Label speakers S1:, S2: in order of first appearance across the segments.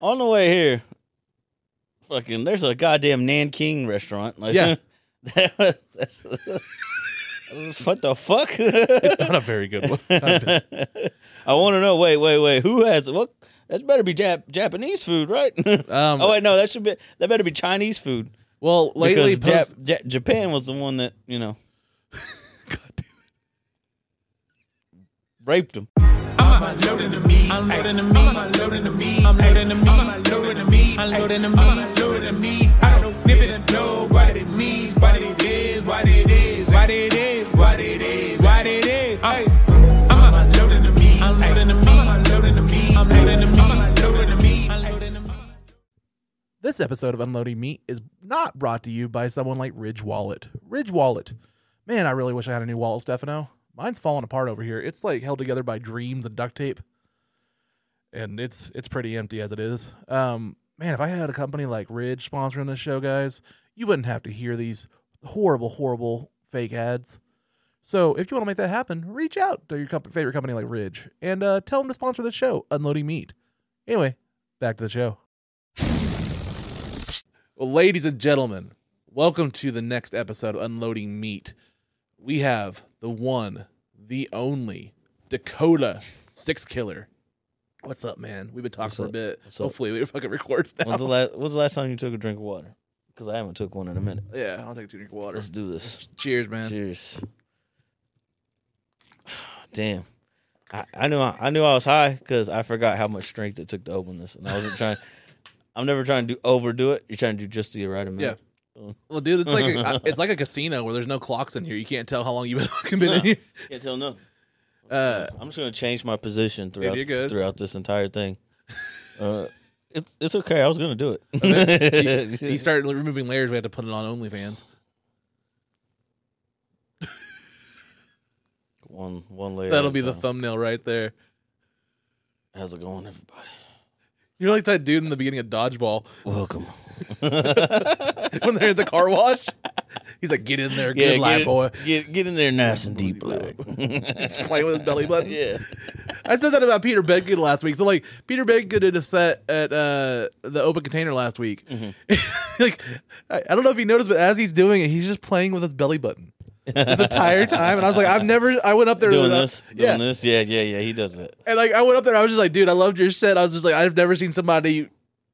S1: on the way here, fucking, there's a goddamn Nanking restaurant. Like,
S2: Yeah.
S1: that- that's- what the fuck?
S2: It's not a very good one.
S1: I want to know. Wait, wait, wait. Who has what? That better be Jap- Japanese food, right?
S2: Um,
S1: oh wait, no. That should be. That better be Chinese food.
S2: well, lately,
S1: because
S2: post-
S1: Jap- Ja- Japan was the one that you know
S2: God damn it.
S1: raped them.
S3: I'm unloading the meat. I'm loading the meat. I'm unloading the meat. I'm loading the meat. I'm unloading the meat. I'm loading the meat. I'm unloading the meat. I don't nip it and know what it means, what it is, what it is, what it is, what it is, what it is. Ay. I'm unloading the meat. I'm loading the meat. I'm unloading the meat. I'm loading the meat. I'm unloading the meat. I'm loading the meat.
S2: This episode of Unloading Meat is not brought to you by someone like Ridge Wallet. Ridge Wallet. Man, I really wish I had a new wallet, Stefano. Mine's falling apart over here. It's like held together by dreams and duct tape. And it's it's pretty empty as it is. Um, man, if I had a company like Ridge sponsoring this show, guys, you wouldn't have to hear these horrible, horrible fake ads. So if you want to make that happen, reach out to your comp- favorite company like Ridge and uh, tell them to sponsor the show, Unloading Meat. Anyway, back to the show. Well, ladies and gentlemen, welcome to the next episode of Unloading Meat. We have the one, the only Dakota Six Killer. What's up, man? We've been talking
S1: What's
S2: for a
S1: up?
S2: bit.
S1: What's up?
S2: Hopefully, we fucking records now.
S1: When's the last? When's the last time you took a drink of water? Because I haven't took one in a minute.
S2: Yeah, I'll take a drink of water.
S1: Let's do this.
S2: Cheers, man.
S1: Cheers. Damn. I, I knew I, I knew I was high because I forgot how much strength it took to open this, and I wasn't trying. I'm never trying to do overdo it. You're trying to do just the right amount.
S2: Yeah. Well, dude, it's like a, it's like a casino where there's no clocks in here. You can't tell how long you've been fucking been in here.
S1: Can't tell nothing.
S2: Uh,
S1: I'm just gonna change my position throughout
S2: you're good.
S1: throughout this entire thing. Uh, it's it's okay. I was gonna do
S2: you,
S1: it.
S2: Uh, you started removing layers. We had to put it on OnlyFans.
S1: one one layer.
S2: That'll
S1: at a
S2: be the
S1: time.
S2: thumbnail right there.
S1: How's it going, everybody?
S2: You're like that dude in the beginning of Dodgeball
S1: Welcome.
S2: when they're at the car wash. He's like, "Get in there,
S1: get
S2: good lad,
S1: in-
S2: boy."
S1: Get get in there, nice and deep, like.
S2: Playing with his belly button.
S1: yeah.
S2: I said that about Peter Bedgood last week. So like Peter Bedgood did a set at uh, the open container last week. like I, I don't know if you noticed, but as he's doing it, he's just playing with his belly button this entire time. And I was like, I've never. I went up there
S1: doing
S2: without-
S1: this, doing
S2: yeah.
S1: this. Yeah, yeah, yeah. He does it.
S2: And like I went up there, I was just like, dude, I loved your set. I was just like, I've never seen somebody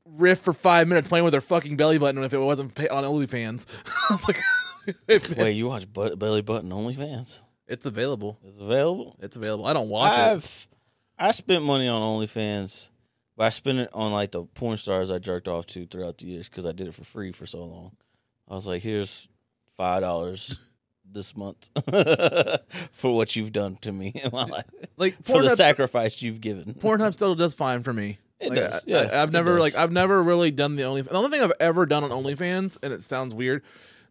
S2: riff for five minutes playing with their fucking belly button if it wasn't pa- on OnlyFans. I was like,
S1: Wait, you watch but- Belly Button OnlyFans?
S2: it's available.
S1: It's available.
S2: It's available. I don't watch it.
S1: I've I spent money on OnlyFans, but I spent it on like the porn stars I jerked off to throughout the years because I did it for free for so long. I was like, here's five dollars this month for what you've done to me in my life,
S2: Like
S1: for the
S2: Pornhub,
S1: sacrifice you've given.
S2: Pornhub still does fine for me.
S1: It
S2: Like,
S1: does,
S2: I-
S1: yeah,
S2: I, have
S1: it
S2: never
S1: does.
S2: like I've never really done the only. The only thing I've ever done on OnlyFans, and it sounds weird,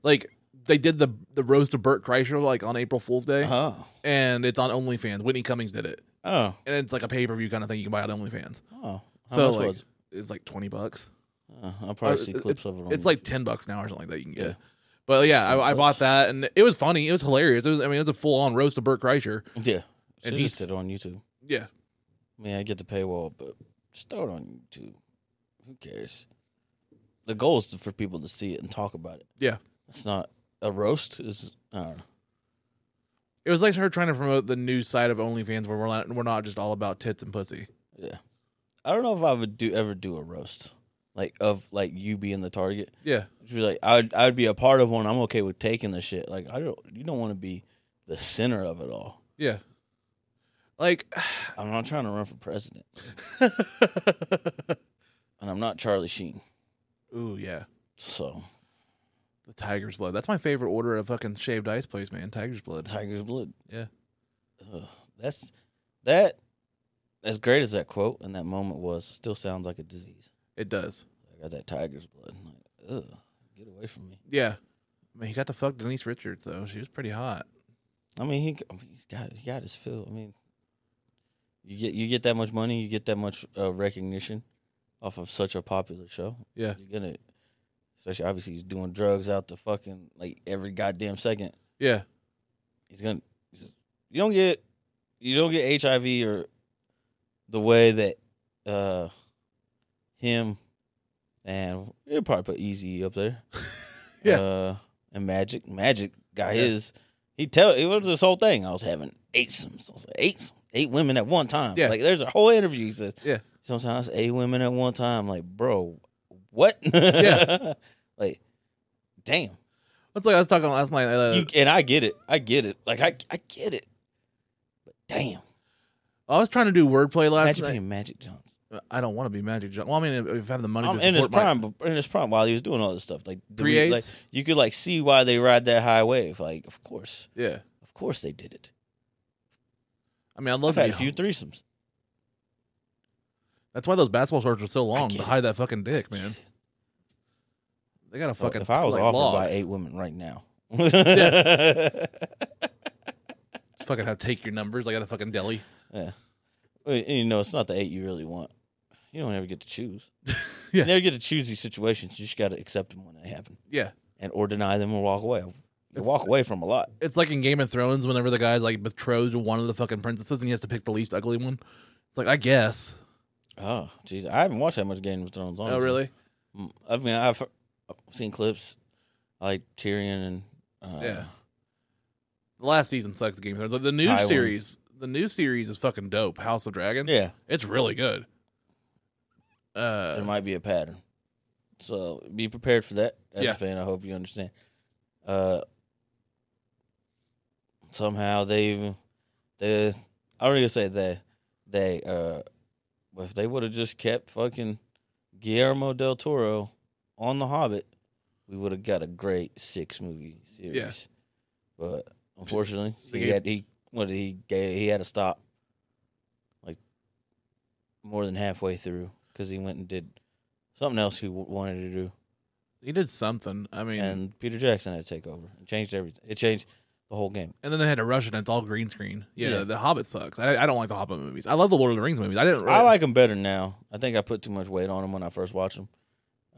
S2: like they did the the roast of Burt Kreischer like on April Fool's Day,
S1: Oh,
S2: and it's on OnlyFans. Whitney Cummings did it,
S1: oh,
S2: and it's like a pay per view kind of thing you can buy on OnlyFans.
S1: oh. How
S2: so
S1: much
S2: like
S1: was it?
S2: it's like twenty bucks.
S1: Oh, I'll probably
S2: Uh,
S1: see
S2: it's-
S1: clips of it. On
S2: It's like ten bucks now or something like that you can get.
S1: Yeah.
S2: But yeah, I, I bought that and it was funny. It was hilarious. It was I mean it was a full on roast of Burt Kreischer.
S1: yeah,
S2: and
S1: and
S2: he's-
S1: he's it on YouTube.
S2: Yeah.
S1: I mean, I get the paywall, but just throw it on YouTube. Who cares? The goal is to- for people to see it and talk about it.
S2: Yeah.
S1: It's not a roast. Is I don't know.
S2: It was like her trying to promote the new side of OnlyFans where we're not we're not just all about tits and pussy.
S1: Yeah. I don't know if I would do ever do a roast like of like you being the target.
S2: Yeah.
S1: Just be like I'd I'd be a part of one. I'm okay with taking the shit. Like I don't. You don't want to be the center of it all.
S2: Yeah. Like
S1: I'm not trying to run for president, and I'm not Charlie Sheen.
S2: Ooh yeah.
S1: So
S2: The tiger's blood. That's my favorite order of fucking shaved ice place, man. Tiger's blood.
S1: Tiger's blood.
S2: Yeah.
S1: Ugh, that's that. As great as that quote and that moment was, it still sounds like a disease.
S2: It does.
S1: I got that tiger's blood. I'm like, ugh, get away from me.
S2: Yeah. I mean he got to fuck Denise Richards though. She was pretty hot.
S1: I mean, he I mean, he's got he got his fill. I mean, you get you get that much money, you get that much uh, recognition off of such a popular show.
S2: Yeah.
S1: You're gonna, especially obviously he's doing drugs out the fucking like every goddamn second.
S2: Yeah.
S1: he's gonna you don't get you don't get HIV or the way that uh him, and you'll probably put Easy up there.
S2: Yeah.
S1: Uh, and Magic, Magic got
S2: Yeah.
S1: his. He tell it was this whole thing. I was having eightsomes. I was like, eight eight women at one time.
S2: Yeah.
S1: Like there's a whole interview. He says,
S2: Yeah.
S1: Sometimes eight women at one time. Like, bro, what?
S2: Yeah.
S1: like, damn.
S2: That's like I was talking last night. Uh,
S1: you, and I get it. I get it. Like I, I get it. But damn,
S2: I was trying to do wordplay last
S1: imagine
S2: night.
S1: being Magic Johnson.
S2: I don't want to be Magic Johnson. Well, I mean, if- if I had the money
S1: Um,
S2: to
S1: in his
S2: support my
S1: prime, but in his prime, while he was doing all this stuff, like do we- like,
S2: Pre-eights?
S1: you could like see why they ride that high wave. Like, of course,
S2: yeah.
S1: of course they did it.
S2: I mean, I
S1: I've
S2: love
S1: had
S2: that.
S1: a few threesomes.
S2: That's why those basketball shorts are so long
S1: get
S2: to
S1: it.
S2: hide that fucking dick, man. They got a
S1: Well,
S2: fucking.
S1: if I was
S2: like,
S1: offered
S2: log.
S1: by eight women right now,
S2: fucking how to take your numbers like at a fucking deli.
S1: yeah, And, you know, it's not the eight you really want. You don't ever get to choose.
S2: Yeah.
S1: You never get to choose these situations. You just got to accept them when they happen,
S2: Yeah,
S1: and or deny them or walk away. You
S2: It's-
S1: walk away from a lot.
S2: it's like in Game of Thrones whenever the guy's like betrothed to one of the fucking princesses and he has to pick the least ugly one. It's like I guess.
S1: Oh, jeez, I haven't watched that much Game of Thrones. Honestly.
S2: Oh really?
S1: Mm, I mean, I've I've seen clips I like Tyrion and uh,
S2: Yeah. The last season sucks. Game of Thrones. Like, the new
S1: Tywin.
S2: series, the new series is fucking dope. House of Dragon.
S1: yeah.
S2: It's really good. Uh,
S1: There might be a pattern, so be prepared for that. As
S2: Yeah.
S1: a fan, I hope you understand. Uh, somehow they they I don't even say they they uh, but if they would have just kept fucking Guillermo del Toro on The Hobbit, we would have got a great six movie series.
S2: Yeah.
S1: But unfortunately,
S2: They
S1: he
S2: gave-
S1: had he what did he gave, he had to stop like more than halfway through because he went and did something else he w- wanted to do,
S2: he did something. I mean, and,
S1: and Peter Jackson had to take over and changed everything. It changed the whole game.
S2: then they had a Russian. It's all green screen. Yeah,
S1: Yeah.
S2: the Hobbit sucks. I, I don't like the Hobbit movies. I love the Lord of the Rings movies. I didn't. Really,
S1: I like him better now. I think I put too much weight on him when I first watched him.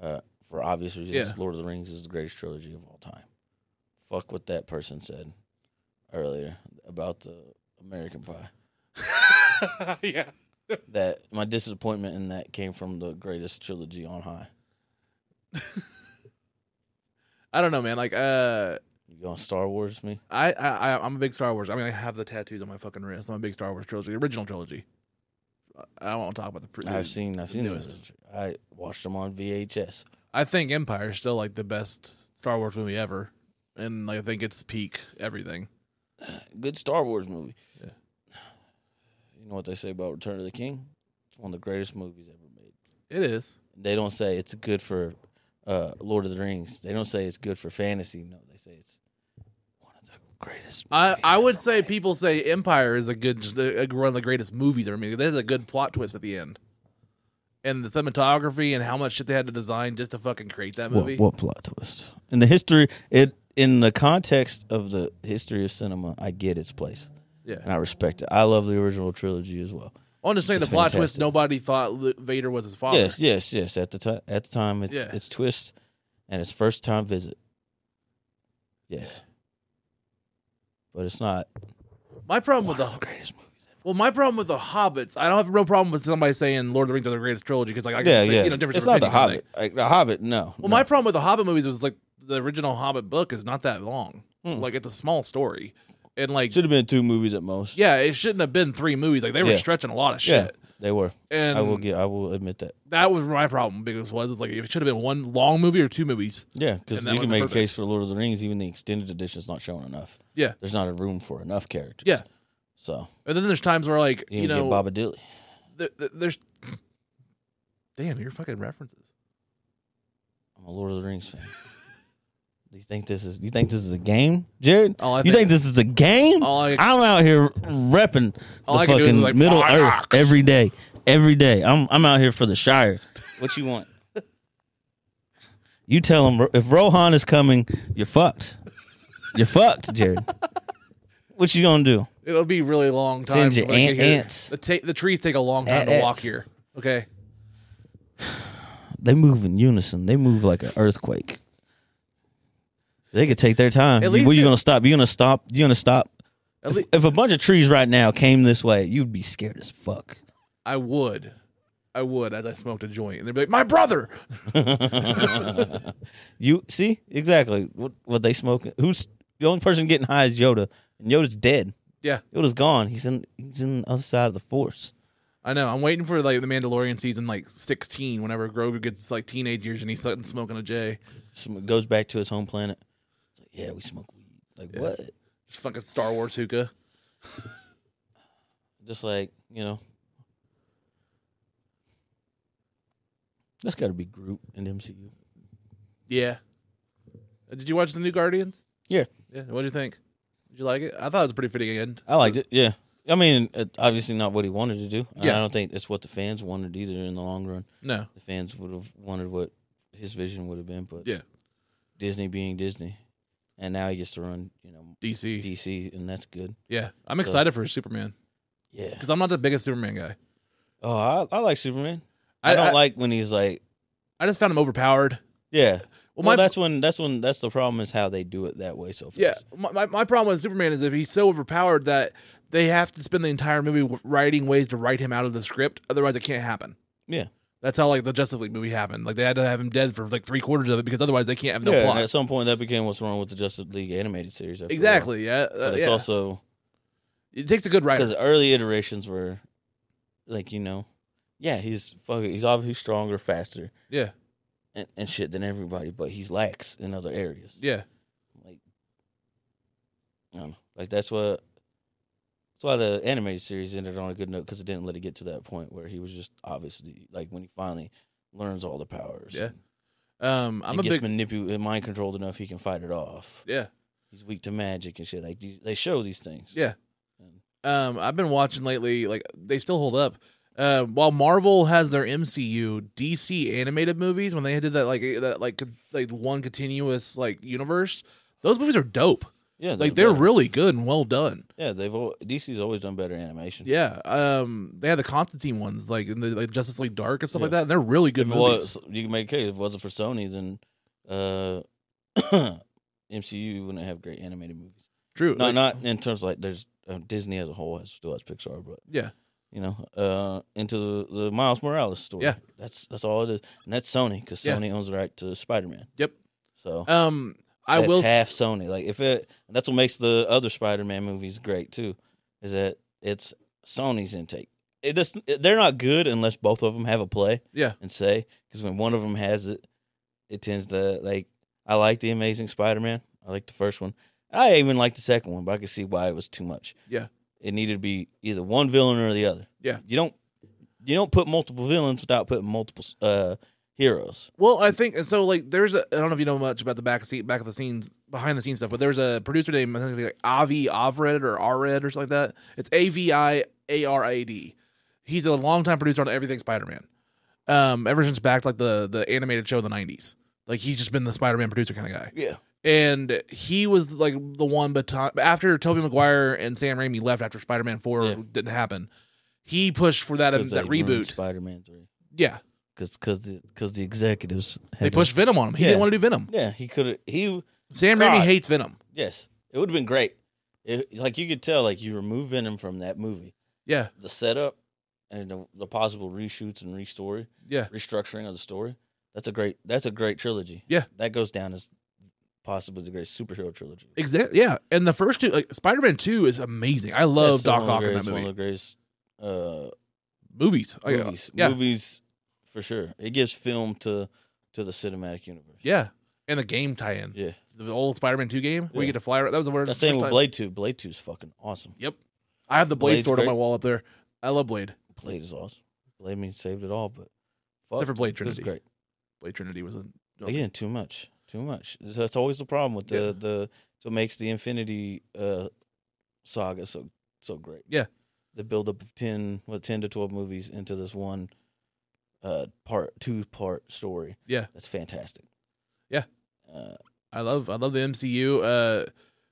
S1: Uh, for obvious reasons,
S2: Yeah.
S1: Lord of the Rings is the greatest trilogy of all time. Fuck what that person said earlier about the American Pie.
S2: yeah.
S1: That my disappointment in that came from the greatest trilogy on high.
S2: I don't know, man. Like, uh,
S1: You going Star Wars with me?
S2: I, I, I- I'm a big Star Wars. I mean, I have the tattoos on my fucking wrist. I'm a big Star Wars trilogy, the original trilogy. I I won't talk about the. Pre-
S1: I've seen. I've seen
S2: newest.
S1: those. I watched them on VHS.
S2: I think Empire is still like the best Star Wars movie ever, and like, I think it's peak everything.
S1: Good Star Wars movie.
S2: Yeah.
S1: You know what they say about Return of the King? It's one of the greatest movies ever made.
S2: It is.
S1: they don't say it's good for uh, Lord of the Rings. They don't say it's good for fantasy. No, they say it's one of the greatest.
S2: I,
S1: movies
S2: I would
S1: ever
S2: say
S1: made.
S2: people say Empire is a good just a- a- one of the greatest movies ever made. There's a good plot twist at the end, and the cinematography and how much shit they had to design just to fucking create that movie.
S1: What, what plot twist in the history? It in the context of the history of cinema, I get its place and
S2: Yeah,
S1: I respect it. I love the original trilogy as well.
S2: I am just saying the
S1: It's
S2: plot twist.
S1: fantastic.
S2: Nobody thought Lu- Vader was his father.
S1: Yes, yes, yes. At the time, at the time, it's
S2: Yeah.
S1: it's twist and it's first time visit. Yes, but it's not
S2: My problem
S1: one
S2: with the
S1: of the greatest movies. ever.
S2: well, my problem with the Hobbits, I don't have a real problem with somebody saying Lord of the Rings are the greatest trilogy because like I can
S1: yeah,
S2: say,
S1: yeah.
S2: you know different.
S1: it's not the
S2: opinion on
S1: Hobbit. Like, the Hobbit, no.
S2: that. Well,
S1: no.
S2: my problem with the Hobbit movies was like the original Hobbit book is not that long.
S1: Mm.
S2: Like it's a small story, and like
S1: should have been two movies at most.
S2: yeah, it shouldn't have been three movies. Like they were
S1: Yeah.
S2: stretching a lot of
S1: Yeah,
S2: shit.
S1: they were.
S2: And
S1: I will get. I will admit that.
S2: that was my problem because was it's like it should have been one long movie or two movies.
S1: Yeah, because
S2: And that
S1: you can
S2: one's
S1: make
S2: perfect.
S1: a case for Lord of the Rings. Even the extended edition's not showing enough.
S2: Yeah.
S1: there's not a room for enough characters.
S2: Yeah.
S1: so
S2: And then there's times where like
S1: you,
S2: you
S1: know,
S2: know
S1: get Baba Dilly.
S2: th- th- there's damn your fucking references.
S1: I'm a Lord of the Rings fan. Do you think this is? You think this is a game, Jared?
S2: All Oh, I Oh,
S1: you think this is a game?
S2: all I,
S1: I'm out here repping
S2: All
S1: the
S2: I can do is
S1: fucking
S2: like,
S1: Middle
S2: "Monarchs."
S1: Earth every day, every day. I'm I'm out here for the Shire. What you want? You tell him if Rohan is coming, you're fucked. You're fucked, Jared. What you gonna do?
S2: it'll be really long time.
S1: Send you
S2: when I get
S1: ant-
S2: here.
S1: ants.
S2: The, ta- the trees take a long time to
S1: Ants.
S2: walk here. Okay.
S1: They move in unison. They move like an earthquake. They could take their time.
S2: At
S1: You-
S2: least
S1: Where you
S2: it-
S1: gonna stop? You gonna stop? You gonna stop?
S2: At
S1: If,
S2: least
S1: if a bunch of trees right now came this way, you'd be scared as fuck.
S2: I would. I would as I smoked a joint, and they'd be like, "My brother."
S1: you see exactly what what they smoking. Who's the only person getting high is Yoda, and Yoda's dead.
S2: Yeah.
S1: Yoda's gone. He's in he's in the other side of the Force.
S2: I know. I'm waiting for like the Mandalorian season, like 16, whenever Grogu gets like teenage years and he's starting smoking a J.
S1: Sm- Goes back to his home planet. It's like, yeah, we smoke weed. Like
S2: Yeah.
S1: what?
S2: Just fucking Star Wars hookah.
S1: Just like you know. That's got to be Groot in the MCU.
S2: Yeah. Uh, Did you watch the new Guardians?
S1: Yeah.
S2: Yeah. What'd you think? Did you like it? I thought it was a pretty fitting end.
S1: I liked it. Yeah. I mean, it, obviously not what he wanted to do. And
S2: Yeah.
S1: I don't think it's what the fans wanted either in the long run.
S2: No.
S1: The fans would have wanted what his vision would have been, but
S2: Yeah.
S1: Disney being Disney. And now he gets to run, you know,
S2: DC.
S1: DC and that's good.
S2: Yeah. I'm excited for Superman
S1: Yeah.
S2: because I'm not the biggest Superman guy.
S1: Oh, I, I like Superman. I, don't like when he's like,
S2: I just found him overpowered.
S1: yeah.
S2: Well,
S1: Well,
S2: my
S1: that's when that's when that's the problem is how they do it that way so fast.
S2: yeah. My, my, my problem with Superman is if he's so overpowered that they have to spend the entire movie w- writing ways to write him out of the script. Otherwise, it can't happen.
S1: Yeah.
S2: That's how like the Justice League movie happened. Like they had to have him dead for like three quarters of it because otherwise they can't have no
S1: yeah, and
S2: plot.
S1: at some point that became what's wrong with the Justice League animated series. after a while.
S2: Exactly. Yeah. Uh,
S1: But it's
S2: yeah.
S1: also
S2: it takes a good writer.
S1: because early iterations were like you know yeah he's fucking he's obviously stronger faster
S2: Yeah.
S1: and, and shit than everybody but he's lax in other areas
S2: Yeah.
S1: like i don't know like that's what that's why the animated series ended on a good note because it didn't let it get to that point where he was just obviously like when he finally learns all the powers
S2: Yeah. Um. I'm
S1: and
S2: a
S1: gets
S2: big.
S1: manipulated mind controlled enough he can fight it off
S2: yeah.
S1: he's weak to magic and shit like these- they show these things
S2: Yeah. Um. I've been watching lately. Like they still hold up. Uh, while Marvel has their MCU, DC animated movies when they did that like that like like one continuous like universe, those movies are dope.
S1: yeah
S2: Like they're
S1: better.
S2: really good and well done.
S1: yeah they've al- dc's always done better animation
S2: Yeah. Um. They had the Constantine ones like in the like Justice League Dark and stuff like
S1: Yeah.
S2: that. And they're really good
S1: if it
S2: movies.
S1: was, you can make a case. If it wasn't for Sony, then uh, MCU wouldn't have great animated movies.
S2: True.
S1: No,
S2: like-
S1: not in terms of like there's uh, Disney as a whole has still has Pixar, but
S2: Yeah.
S1: you know, uh, into the, the Miles Morales story.
S2: Yeah.
S1: that's that's all it is, and that's Sony because
S2: Yeah.
S1: Sony owns the right to Spider Man.
S2: Yep.
S1: So
S2: Um. I
S1: that's
S2: will. s-
S1: half Sony. Like if it, and that's what makes the other Spider Man movies great too, is that it's Sony's intake. It just they're not good unless both of them have a play
S2: Yeah.
S1: and say because when one of them has it, it tends to like. I like the Amazing Spider-Man. I like the first one. I even like the second one, but I can see why it was too much.
S2: Yeah.
S1: it needed to be either one villain or the other.
S2: Yeah.
S1: you don't you don't put multiple villains without putting multiple uh heroes.
S2: Well, I think so. Like, there's a I don't know if you know much about the back seat, back of the scenes, behind the scenes stuff, but there's a producer named I think it's like Avi Avred or Ared or something like that. It's A V I A R A D. He's a longtime producer on everything Spider-Man. Um, ever since back like the the animated show in the '90s, like he's just been the Spider-Man producer kind of guy.
S1: Yeah,
S2: And he was like the one, but after Tobey Maguire and Sam Raimi left after Spider-Man Four
S1: Yeah.
S2: didn't happen, he pushed for that that reboot.
S1: Spider-Man three,
S2: Yeah,
S1: because because the because the executives
S2: they
S1: had to-
S2: pushed Venom on him. He
S1: Yeah.
S2: didn't want to do Venom.
S1: Yeah, he could have. He
S2: Sam Raimi
S1: God.
S2: hates Venom.
S1: yes, it would have been great. It, like you could tell, like you remove Venom from that movie.
S2: Yeah,
S1: the setup and the, the possible reshoots and restory
S2: yeah,
S1: restructuring of the story. That's a great. That's a great trilogy.
S2: Yeah.
S1: that goes down as possibly the greatest superhero trilogy.
S2: exactly. Yeah, and the first two, like Spider-Man Two, is amazing. I
S1: That's
S2: love Doc
S1: one of
S2: Ock
S1: the
S2: in that
S1: greatest- One
S2: movie.
S1: of the greatest uh,
S2: Movies, I-
S1: movies.
S2: yeah,
S1: Movies for sure. It gives film to to the cinematic universe.
S2: yeah, and the game tie-in,
S1: yeah.
S2: the old Spider-Man Two game where you
S1: Yeah.
S2: get to fly. around. That was the word.
S1: That same
S2: first
S1: with
S2: time-
S1: Blade Two. Blade Two is fucking awesome.
S2: Yep, I have the Blade
S1: Blade's
S2: sword on
S1: great.
S2: my wall up there. I love Blade,
S1: Blade is awesome. Blade means saved it all, but fuck,
S2: except for Blade
S1: it was
S2: Trinity.
S1: great.
S2: Blade Trinity was a
S1: Again, too much, too much. That's always the problem with the
S2: Yeah.
S1: the. So makes the Infinity uh, saga so so great.
S2: Yeah.
S1: the buildup of ten, well, ten to twelve movies into this one, uh, part two part story.
S2: Yeah.
S1: that's fantastic.
S2: Yeah.
S1: uh,
S2: I love I love the MCU. Uh,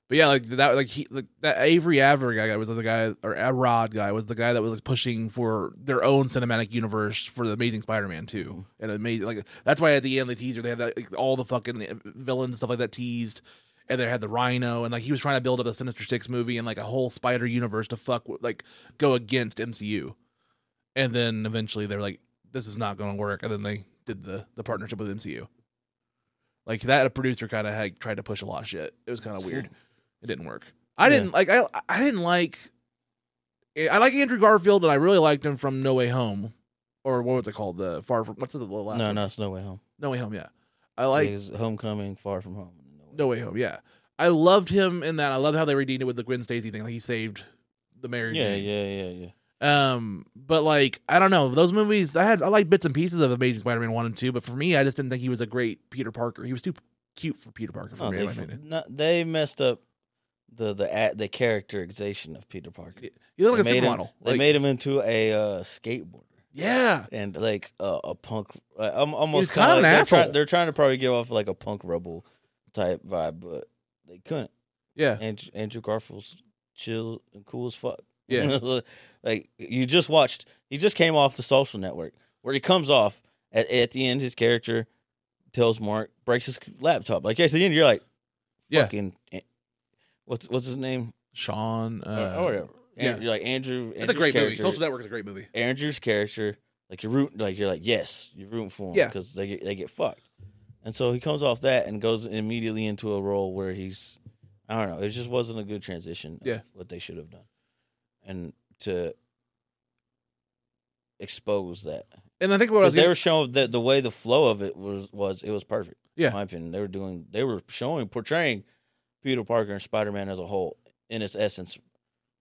S2: but yeah, like that, like he, like that Avery Avery guy was the guy, or Arod guy was the guy that was like, pushing for their own cinematic universe for the Amazing Spider-Man too, and amazing. Like that's why at the end the teaser they had like, all the fucking villains and stuff like that teased, and they had the Rhino and like he was trying to build up a Sinister Six movie and like a whole Spider universe to fuck with- like go against MCU, and then eventually they're like this is not going to work, and then they did the the partnership with MCU. Like that, a producer kind of had tried to push a lot of shit. It was kind of weird. It didn't work. I
S1: Yeah.
S2: didn't like. I I didn't like. eh, I like Andrew Garfield, and I really liked him from No Way Home, or what was it called? The Far from what's the last?
S1: No,
S2: one?
S1: no, it's no way home.
S2: No Way Home. Yeah, I like
S1: Because homecoming, far from home.
S2: No Way Home. Yeah, I loved him in that. I love how they redeemed it with the Gwen Stacy thing. Like he saved the Mary.
S1: Yeah,
S2: Jane.
S1: yeah, yeah, yeah.
S2: Um, but like I don't know those movies. I had I like bits and pieces of Amazing Spider-Man one and two, but for me, I just didn't think he was a great Peter Parker. He was too cute for Peter Parker for
S1: No, Oh,
S2: me.
S1: they,
S2: in my
S1: f-
S2: opinion.
S1: no, they messed up the the a- the characterization of Peter Parker.
S2: Yeah, He looked like
S1: they
S2: a
S1: made him,
S2: supermodel.
S1: they
S2: Like,
S1: made him into a uh, skateboarder
S2: yeah,
S1: and like a a punk. Uh, I'm almost
S2: kinda
S1: kinda like
S2: an
S1: they're, try-
S2: asshole.
S1: they're trying to probably give off like a punk rebel type vibe, but they couldn't.
S2: yeah,
S1: Andrew, Andrew Garfield's chill and cool as fuck.
S2: yeah,
S1: like you just watched. He just came off the Social Network, where he comes off at, at the end. His character tells Mark breaks his laptop. Like at the end, you're like,
S2: Yeah.
S1: fucking. eh, What's what's his name?
S2: Sean.
S1: Or-
S2: Uh,
S1: or whatever.
S2: yeah.
S1: And You're like Andrew.
S2: That's a
S1: Andrew's
S2: great movie.
S1: character-
S2: Social Network is a great movie.
S1: Andrew's character, like you're rooting, like you're like yes, you're rooting for him
S2: Yeah.
S1: because they get, they get fucked, and so he comes off that and goes immediately into a role where he's, I don't know, it just wasn't a good transition. of
S2: Yeah.
S1: what they should have done, and to expose that
S2: And I think what I
S1: 'Cause
S2: was
S1: they
S2: gonna-
S1: were showing that the way the flow of it was was it was perfect.
S2: Yeah.
S1: in my opinion, they were doing they were showing portraying Peter Parker and Spider Man as a whole in its essence,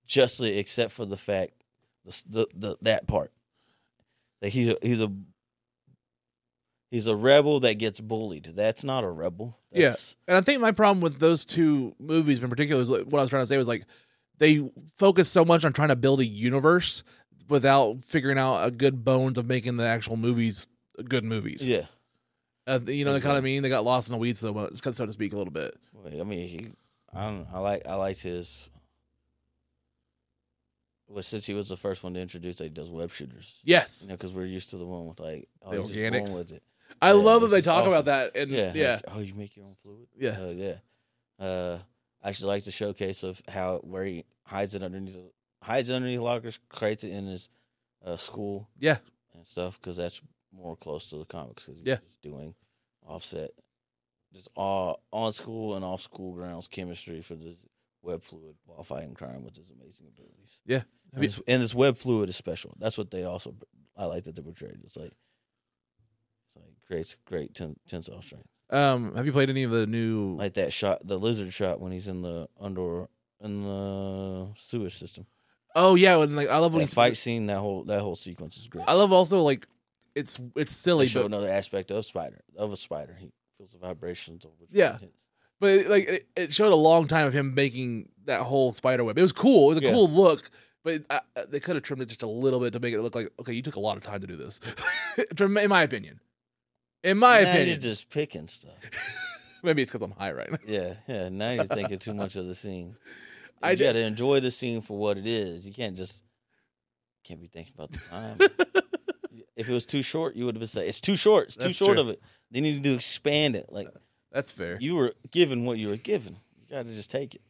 S1: justly except for the fact the the, the that part that he's a, he's a he's a rebel that gets bullied. That's not a rebel.
S2: Yeah.
S1: That's,
S2: And I think my problem with those two movies in particular is like, what I was trying to say was like they focus so much on trying to build a universe without figuring out a good bones of making the actual movies good movies.
S1: yeah.
S2: Uh, you know, they kind
S1: Exactly.
S2: of mean they got lost in the weeds so much, so to speak, a little bit.
S1: Well, I mean, he. I don't. know. I like. I liked his. Well, since he was the first one to introduce, like those web shooters.
S2: Yes,
S1: You know, because we're used to the one with like oh,
S2: The
S1: he's just born
S2: organics.
S1: with it.
S2: I
S1: Yeah,
S2: love that
S1: which
S2: they
S1: is
S2: talk
S1: awesome.
S2: about that. And yeah,
S1: Yeah,
S2: yeah,
S1: like, oh, you make your own fluid.
S2: yeah,
S1: Oh, yeah. Uh, I actually like the showcase of how where he hides it underneath hides it underneath lockers, creates it in his uh, school.
S2: Yeah.
S1: and stuff because that's more close to the comics because
S2: Yeah.
S1: doing offset just all on school and off school grounds chemistry for this web fluid while fighting crime with his amazing abilities.
S2: Yeah. Have
S1: And
S2: you-
S1: this, and this web fluid is special. That's what they also I like that they portrayed. It's like it's like creates great ten, tensile strength.
S2: Um, have you played any of the new?
S1: Like that shot, the lizard shot when he's in the under in the sewage system.
S2: oh yeah, and like I love when
S1: That
S2: he's
S1: fight scene, that whole that whole sequence is great.
S2: I love also like it's it's
S1: They
S2: silly,
S1: show
S2: but
S1: another aspect of spider of a spider. He feels the vibrations of which
S2: Yeah.
S1: hits.
S2: But it, like it, it showed a long time of him making that whole spider web. It was cool. It was a
S1: Yeah.
S2: cool look. But it, I, I- they could have trimmed it just a little bit to make it look like okay, you took a lot of time to do this. From- in my opinion, in my
S1: now
S2: opinion,
S1: you're just picking stuff.
S2: maybe it's because I'm high right now.
S1: Yeah, yeah. Now you're thinking too much of the scene.
S2: I
S1: you
S2: did-
S1: got to enjoy the scene for what it is. You can't just can't be thinking about the time. if it was too short, you would have been saying it's too short. It's too
S2: That's
S1: short
S2: true.
S1: of it. They need to expand it. Like
S2: That's fair.
S1: you were given what you were given. You got to just take it.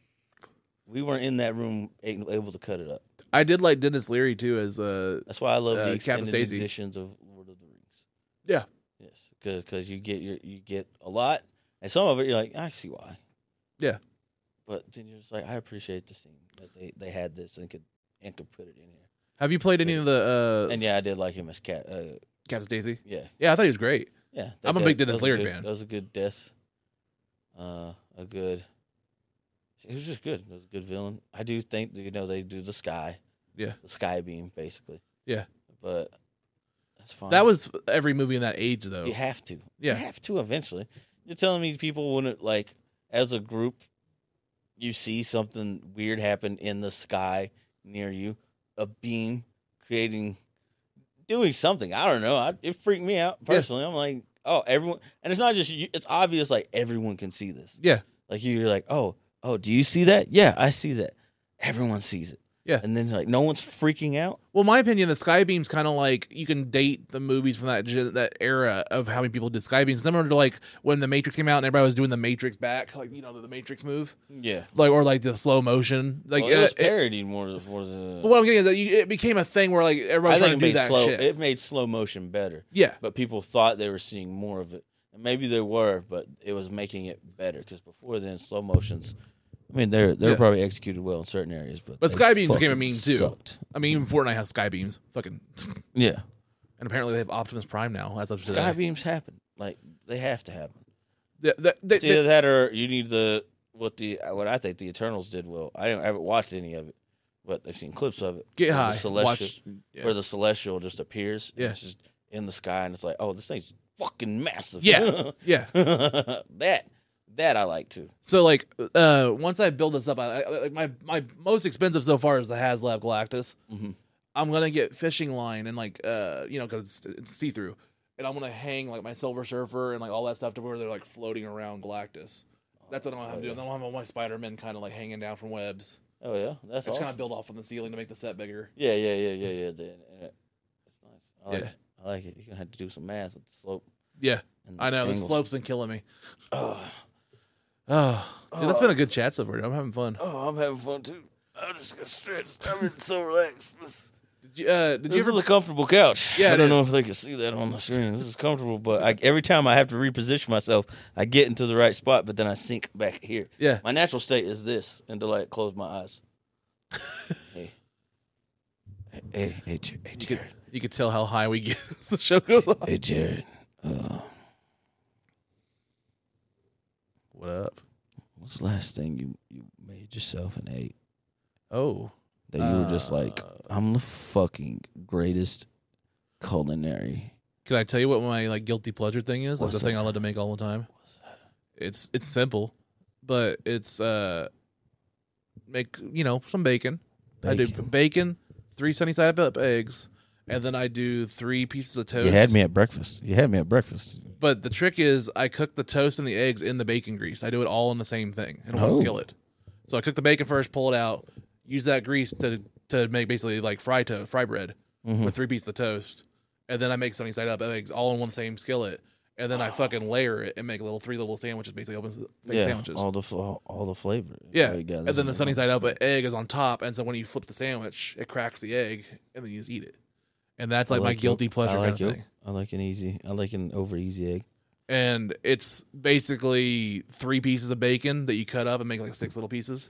S1: We weren't in that room a- able to cut it up.
S2: I did like Dennis Leary too as uh
S1: That's why I love
S2: Uh,
S1: the
S2: Captain
S1: extended
S2: Stacy.
S1: editions of Lord of the Rings.
S2: Yeah.
S1: Yes, because you get your you get a lot, and some of it you're like I see why.
S2: Yeah.
S1: But then you're just like I appreciate the scene that they they had this and could and could put it in here.
S2: Have you played any of the uh
S1: And yeah, I did like him as cat. Uh,
S2: Captain Daisy?
S1: yeah,
S2: Yeah, I thought he was great.
S1: yeah.
S2: I'm a
S1: that-
S2: big
S1: that
S2: Dennis
S1: was
S2: Leary
S1: good-
S2: fan.
S1: That was a good death. Uh, a good. It was just good. It was a good villain. I do think you know they do the sky.
S2: Yeah.
S1: The sky beam basically.
S2: Yeah.
S1: But that's fine.
S2: That was every movie in that age though.
S1: You have to.
S2: Yeah.
S1: You have to eventually. You're telling me people wouldn't like as a group you see something weird happen in the sky near you, a beam creating doing something. I don't know. I, it freaked me out personally. I'm like, "Oh, everyone." And it's not just you, it's obvious like everyone can see this.
S2: Yeah.
S1: Like you're like, "Oh, oh, do you see that?" Yeah, I see that. Everyone sees it.
S2: Yeah.
S1: And then like no one's freaking out.
S2: Well, in my opinion, the Skybeam's kind of like you can date the movies from that gen- that era of how many people did Skybeams. Similar to like when the Matrix came out and everybody was doing the Matrix back, like you know the, the Matrix move,
S1: Yeah.
S2: like or like the slow motion. Like
S1: Well, Oh, it
S2: uh,
S1: was
S2: it-
S1: parodied more than more than-
S2: but what I'm getting is that you, it became a thing where like
S1: I
S2: everybody's
S1: think
S2: trying
S1: it
S2: to do
S1: made
S2: that
S1: slow
S2: shit.
S1: it made slow motion better.
S2: yeah,
S1: But people thought they were seeing more of it. And maybe they were, but it was making it better because before then slow motions I mean they're they're
S2: Yeah.
S1: probably executed well in certain areas, but
S2: But
S1: they
S2: Skybeams became a
S1: fucking
S2: meme, too.
S1: Sucked.
S2: I mean even Fortnite has Skybeams, fucking,
S1: Yeah.
S2: and apparently they have Optimus Prime now as of today.
S1: Skybeams happen. Like they have to happen.
S2: The- the- the-
S1: It's either that or you need the what the what I think the Eternals did well. I, don't, I haven't watched any of it, but I've seen clips of it.
S2: Get
S1: where
S2: high,
S1: The celestial,
S2: watch- yeah.
S1: Where the celestial just appears. and
S2: Yeah.
S1: It's just in the sky, and it's like, oh, this thing's fucking massive.
S2: Yeah. yeah.
S1: that that I like too.
S2: So like, uh, once I build this up, I, I like my my most expensive so far is the HasLab Galactus.
S1: Mhm.
S2: I'm gonna get fishing line and like, uh, you know, because it's, it's see through, and I'm gonna hang like my Silver Surfer and like all that stuff to where they're like floating around Galactus. That's what I'm gonna have to do. And then I'll have all my Spider Men kind of like hanging down from webs.
S1: Oh yeah, that's
S2: It's kind
S1: awesome.
S2: of build off from the ceiling to make the set bigger.
S1: Yeah, yeah, yeah, yeah, yeah. the- uh, It's nice. I like
S2: Yeah.
S1: it. I like it. You're gonna have to do some math with the slope.
S2: Yeah,
S1: And
S2: I know the
S1: angles.
S2: slope's been killing me.
S1: Oh,
S2: Oh, dude, it's
S1: Oh,
S2: been a good chat so far. dude. I'm having fun.
S1: oh, I'm having fun too. I'm just gonna stretch. I'm getting so relaxed. This-
S2: Did you, uh, did you
S1: This
S2: ever?
S1: is a comfortable couch.
S2: Yeah,
S1: I
S2: it
S1: don't know
S2: is.
S1: if they can see that on the screen. This is comfortable, but I, every time I have to reposition myself, I get into the right spot, but then I sink back here.
S2: Yeah.
S1: My natural state is this, and to like close my eyes. hey, hey, hey, hey, Jer- hey,
S2: You could,
S1: Jared,
S2: you could tell how high we get as the show goes on.
S1: hey, Jared. Uh,
S2: What up?
S1: what's the last thing you you made yourself and ate
S2: Oh.
S1: that you were just like,
S2: Uh,
S1: I'm the fucking greatest culinary.
S2: Can I tell you what my like guilty pleasure thing is? Like the
S1: What's
S2: thing
S1: that?
S2: I love to make all the time. It's it's simple, but it's uh make you know some bacon. I do
S1: Bacon.
S2: bacon, three sunny side up eggs, and then I do three pieces of toast.
S1: You had me at breakfast. You had me at breakfast.
S2: But the trick is, I cook the toast and the eggs in the bacon grease. I do it all in the same thing. I don't want
S1: Oh.
S2: to kill it. So I cook the bacon first, pull it out, use that grease to to make basically like fry to fry bread
S1: Mhm.
S2: with three pieces of toast, and then I make sunny side up eggs all in one same skillet, and then I fucking layer it and make little three little sandwiches, basically open face sandwiches.
S1: All the fl- all, all the flavor.
S2: yeah,
S1: Like,
S2: and
S1: this
S2: then
S1: is
S2: the sunny side up egg is on top, and so when you flip the sandwich, it cracks the egg, and then you just eat it. And that's
S1: I
S2: like, my
S1: like yolk.
S2: guilty
S1: I
S2: pleasure
S1: like
S2: kind of
S1: yolk.
S2: thing.
S1: I like an easy. I like an over easy egg.
S2: and it's basically three pieces of bacon that you cut up and make like six little pieces,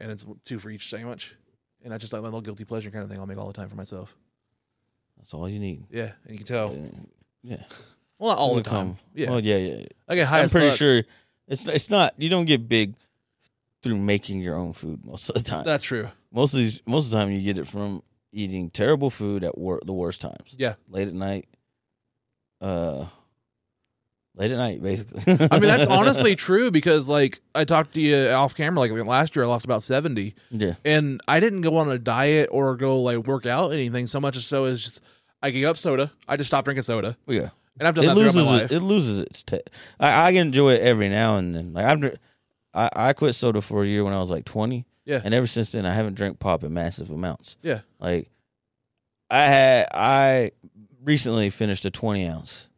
S2: and it's two for each sandwich. And that's just like my little guilty pleasure kind of thing I'll make all the time for myself.
S1: That's all you need.
S2: Yeah, and you can tell.
S1: Yeah.
S2: Well, not Oh. all the time.
S1: Yeah.
S2: Yeah,
S1: Well, yeah, yeah.
S2: I get high.
S1: I'm
S2: as
S1: pretty
S2: fuck.
S1: sure it's it's not. You don't get big through making your own food most of the time.
S2: that's true.
S1: most of these most of the time you get it from eating terrible food at wor- the worst times.
S2: Yeah.
S1: Late at night. Uh. Late at night, basically.
S2: I mean, that's honestly true because like I talked to you off camera. Like last year, I lost about seventy,
S1: yeah.
S2: and I didn't go on a diet or go like work out anything so much as so as just I gave up soda. I just stopped drinking soda,
S1: Yeah.
S2: and I've done
S1: it
S2: that
S1: loses
S2: throughout my
S1: it,
S2: life.
S1: it loses its ta I, I enjoy it every now and then. Like I'm, dr- I I quit soda for a year when I was like 20.
S2: Yeah.
S1: And ever since then, I haven't drank pop in massive amounts.
S2: Yeah.
S1: Like I had I recently finished a 20 ounce,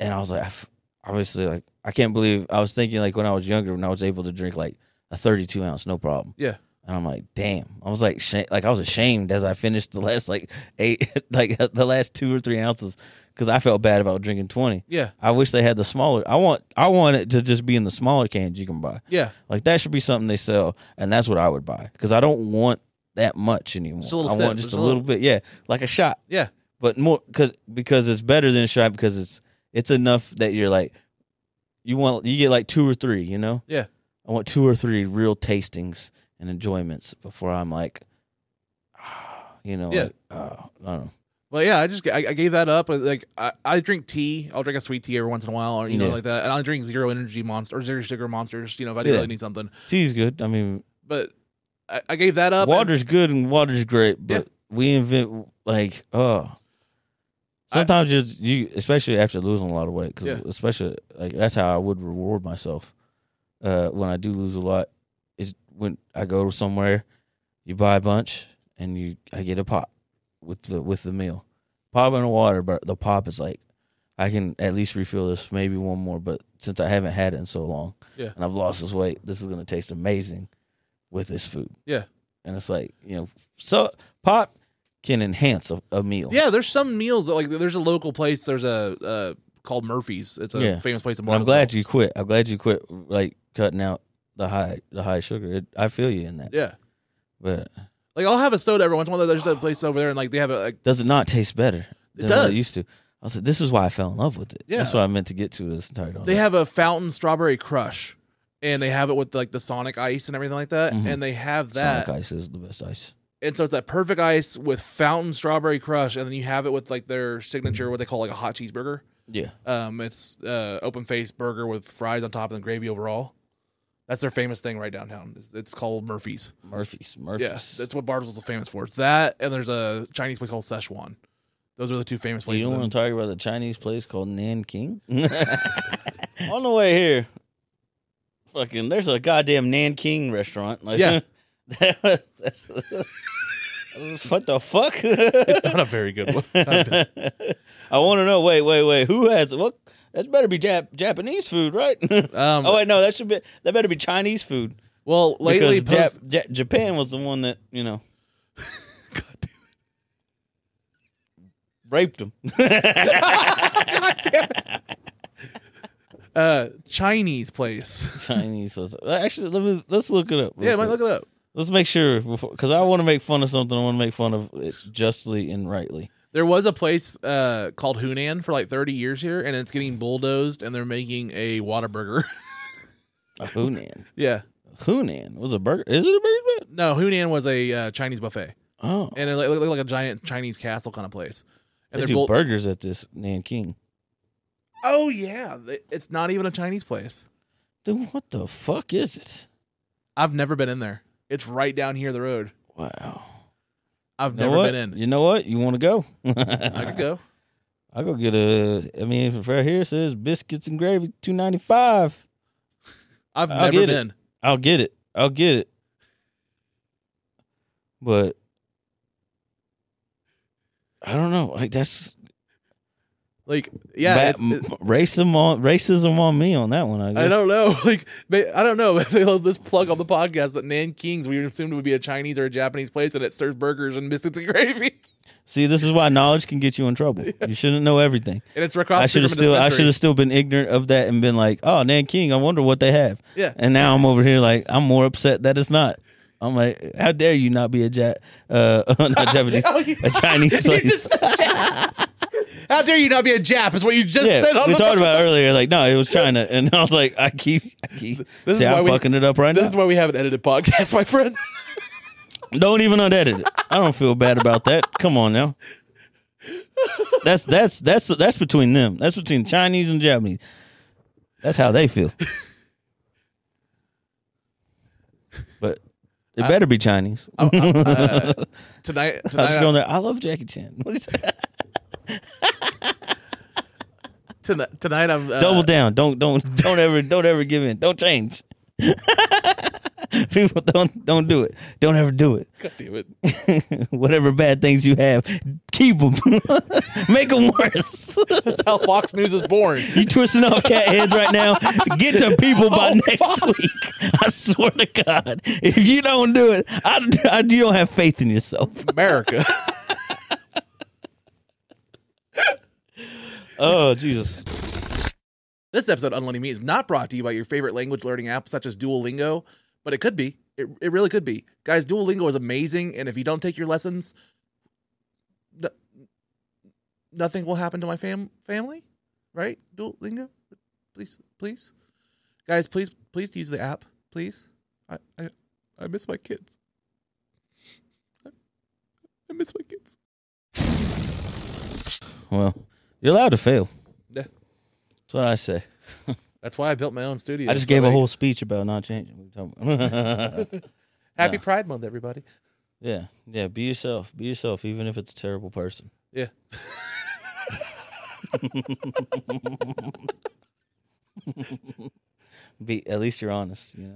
S1: and I was like, I f- obviously like I can't believe I was thinking like when I was younger when I was able to drink like a 32 ounce no problem.
S2: Yeah.
S1: And I'm like, damn. I was like, sh- like I was ashamed as I finished the last like eight, like the last two or three ounces, because I felt bad about drinking twenty.
S2: yeah,
S1: I wish they had the smaller. I want, I want it to just be in the smaller cans you can buy.
S2: yeah.
S1: Like that should be something they sell, and that's what I would buy because I don't want that much anymore.
S2: Just a little
S1: I
S2: sip,
S1: want just,
S2: just
S1: a
S2: a
S1: little, bit, yeah, like a shot,
S2: Yeah.
S1: but more because because it's better than a shot because it's it's enough that you're like you want you get like two or three, you know.
S2: Yeah.
S1: I want two or three real tastings and enjoyments before I'm like, you know,
S2: Yeah.
S1: like, oh, I don't know.
S2: Well, yeah, I just I, I gave that up. uh, Like I, I drink tea. I'll drink a sweet tea every once in a while, or you know,
S1: Yeah.
S2: like that. And I'll drink zero energy monster or zero sugar monsters. You know, if I do
S1: Yeah.
S2: really need something.
S1: Tea's good. I mean,
S2: But I, I gave that up.
S1: water's good and water's great,
S2: Yeah.
S1: but we invent like oh. Sometimes you you especially after losing a lot of weight because
S2: Yeah.
S1: especially like that's how I would reward myself uh, when I do lose a lot is when I go somewhere You buy a bunch, and you I get a pop with the with the meal, pop and a water. But the pop is like, I can at least refill this, maybe one more. But since I haven't had it in so long,
S2: Yeah.
S1: and I've lost this weight, this is gonna taste amazing with this food.
S2: Yeah.
S1: and it's like you know, so pop can enhance a, a meal.
S2: Yeah, there's some meals that like there's a local place. There's a uh, called Murphy's. It's a
S1: Yeah.
S2: famous place in.
S1: And I'm
S2: Barnesville.
S1: glad you quit. I'm glad you quit like cutting out the high the high sugar. It, I feel you in that.
S2: Yeah,
S1: But
S2: like I'll have a soda every once in a while. There's a place over there, and like they have a like,
S1: does it not taste better
S2: It
S1: than what
S2: does.
S1: it used to? I was like, this is why I fell in love with it. That's
S2: Yeah.
S1: what I meant to get to this entire time.
S2: they have a fountain strawberry crush, and they have it with like the Sonic ice and everything like that,
S1: Mhm.
S2: and they have that.
S1: Sonic ice is the best ice.
S2: and so it's that perfect ice with fountain strawberry crush, and then you have it with like their signature, what they call like a hot cheeseburger.
S1: Yeah.
S2: Um, it's uh, open face burger with fries on top and gravy overall. That's their famous thing right downtown. It's, it's called Murphy's.
S1: Murphy's.
S2: Yes,
S1: Murphy's.
S2: that's what Bartlesville's famous for. It's that, and there's a Chinese place called Szechuan. Those are the two famous
S1: you
S2: places.
S1: don't
S2: in-
S1: want to talk about the Chinese place called Nanking? On the way here, fucking, there's a goddamn Nanking restaurant. Like,
S2: Yeah.
S1: that- that's- what the fuck? It's
S2: not a very good one.
S1: I want to know. Wait, wait, wait. Who has what? That better be Jap- Japanese food, right?
S2: Um,
S1: oh wait, no. That should be. That better be Chinese food.
S2: well, lately,
S1: because
S2: post-
S1: Jap- Ja- Japan was the one that you know raped them.
S2: uh, Chinese place.
S1: Chinese. was- Actually, let me let's look it up. real
S2: yeah, might
S1: quick.
S2: look it up.
S1: Let's make sure because I want to make fun of something. I want to make fun of it justly and rightly.
S2: There was a place uh, called Hunan for like 30 years here, and it's getting bulldozed, and they're making a Whataburger.
S1: A Hunan.
S2: yeah,
S1: Hunan was a burger. Is it a burger?
S2: no, Hunan was a uh, Chinese buffet,
S1: Oh,
S2: and it looked, looked like a giant Chinese castle kind of place. And
S1: they
S2: are
S1: do burgers at this Nanking.
S2: oh yeah, They- it's not even a Chinese place.
S1: Dude, what the fuck is it?
S2: I've never been in there. It's right down here the road.
S1: Wow.
S2: I've
S1: You know
S2: never
S1: what?
S2: been in.
S1: You know what? You want to go?
S2: I could go.
S1: I'll go get a. I mean, if right here it says biscuits and gravy, two ninety five.
S2: I've
S1: I'll
S2: never
S1: get it.
S2: been.
S1: I'll get it. I'll get it. But I don't know. Like that's
S2: Like, yeah,
S1: ba-
S2: it's, it-
S1: racism on racism on me on that one. I guess.
S2: I don't know. Like, ma- I don't know. They love this plug on the podcast that Nanking's we assumed would be a Chinese or a Japanese place, and it serves burgers and biscuits and gravy.
S1: See, this is why knowledge can get you in trouble. You shouldn't know everything.
S2: And it's across.
S1: I
S2: the
S1: should
S2: street
S1: have
S2: from a
S1: still. I should
S2: dispensary.
S1: have still been ignorant of that and been like, "Oh, Nanking. I wonder what they have."
S2: Yeah.
S1: And now I'm over here like I'm more upset that it's not. I'm like, how dare you not be a ja- uh, not Japanese, a Chinese
S2: Oh, You
S1: place?
S2: just- How dare you not be a Jap? Is what you just
S1: yeah,
S2: said. On
S1: we
S2: the-
S1: talked about it earlier. Like, no, it was China, and I was like, I keep, I keep.
S2: This is
S1: See,
S2: why
S1: I'm
S2: we-
S1: fucking it up right
S2: This
S1: now.
S2: is why we have an edited podcast, my friend.
S1: Don't even unedit it. I don't feel bad about that. Come on now. That's that's that's that's between them. That's between Chinese and Japanese. That's how they feel. But it better be Chinese.
S2: I'm- I'm, uh, tonight,
S1: I was
S2: tonight,
S1: just
S2: I- uh,
S1: going there. I love Jackie Chan. What is that?
S2: tonight, tonight, I'm uh,
S1: Double down. Don't don't don't ever don't ever give in. Don't change. People don't don't do it. Don't ever do it.
S2: God damn it.
S1: Whatever bad things you have, keep them. Make them worse.
S2: That's how Fox News is born.
S1: You twisting off cat heads right now. Get to people by
S2: Oh,
S1: next week. I swear to God, if you don't do it, I, I- you don't have faith in yourself.
S2: America.
S1: Oh Jesus!
S2: This episode of Unlearning Me is not brought to you by your favorite language learning app such as Duolingo, but it could be. It, it really could be. Guys, Duolingo is amazing, and if you don't take your lessons, no, nothing will happen to my fam- family, right? Duolingo? Please, please. Guys, please, please use the app, please. I, I, I miss my kids. I, I miss my kids.
S1: Well, you're allowed to fail.
S2: Yeah.
S1: That's what I say.
S2: That's why I built my own studio.
S1: I just
S2: so
S1: gave
S2: that
S1: a whole speech about not changing. We talking-
S2: happy
S1: Yeah.
S2: Pride Month, everybody.
S1: yeah, yeah. Be yourself. Be yourself, even if it's a terrible person.
S2: Yeah.
S1: Be at least you're honest. You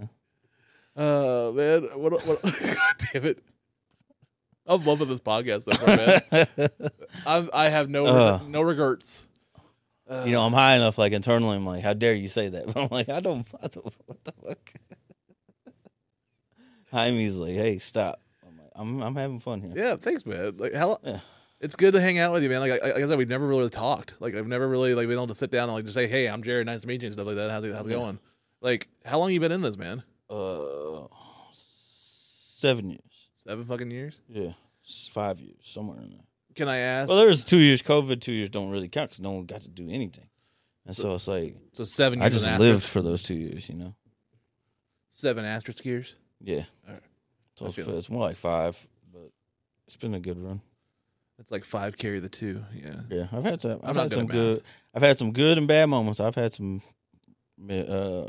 S1: know.
S2: Uh, Oh man, what? what God damn it! I'm loving this podcast so far, man. I'm, I have no
S1: Ugh.
S2: no regrets.
S1: you know, I'm high enough, like internally, I'm like, how dare you say that? But I'm like, I don't, I don't what the fuck? Jaime's like, hey, stop. I'm like, I'm, I'm having fun here.
S2: Yeah, thanks, man. Like, hell,
S1: Yeah.
S2: it's good to hang out with you, man. Like, I, like I said, we've never really talked. Like, I've never really like been able to sit down and like just say, "Hey, I'm Jared. Nice to meet you," and stuff like that. How's it, how's it
S1: Yeah.
S2: going? Like, how long you been in this, man?
S1: Uh, seven years.
S2: Seven fucking years.
S1: Yeah, s- five years, somewhere in there.
S2: Can I ask?
S1: Well, there was two years. COVID, two years don't really count because no one got to do anything. And so it's like,
S2: so seven
S1: I
S2: years.
S1: just
S2: and
S1: lived
S2: asterisk-
S1: for those two years, you know?
S2: seven asterisk years.
S1: Yeah.
S2: Alright.
S1: So
S2: I
S1: it's,
S2: feel it.
S1: it's more like five, but it's been a good run.
S2: That's like five carry the two. Yeah.
S1: Yeah, I've had some. I've had
S2: not good
S1: some
S2: at math.
S1: good. I've had some good and bad moments. I've had some mi- uh,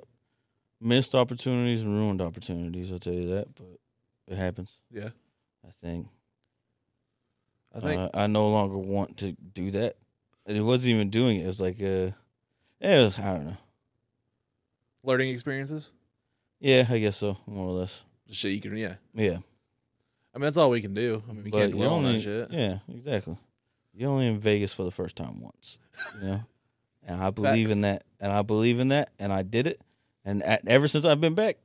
S1: missed opportunities and ruined opportunities. I'll tell you that, but it happens.
S2: Yeah.
S1: I think.
S2: I think.
S1: uh, I no longer want to do that. And it wasn't even doing it. It was like, uh, it was, I don't know.
S2: learning experiences.
S1: Yeah, I guess so, more or less.
S2: Just shit you can. Yeah.
S1: Yeah,
S2: I mean, that's all we can do. I mean, we
S1: but
S2: can't
S1: you
S2: dwell on
S1: only-
S2: that shit.
S1: Yeah, exactly. You're only in Vegas for the first time once, you know. and I believe in that, and I believe in that, and I did it. And at, ever since I've been back,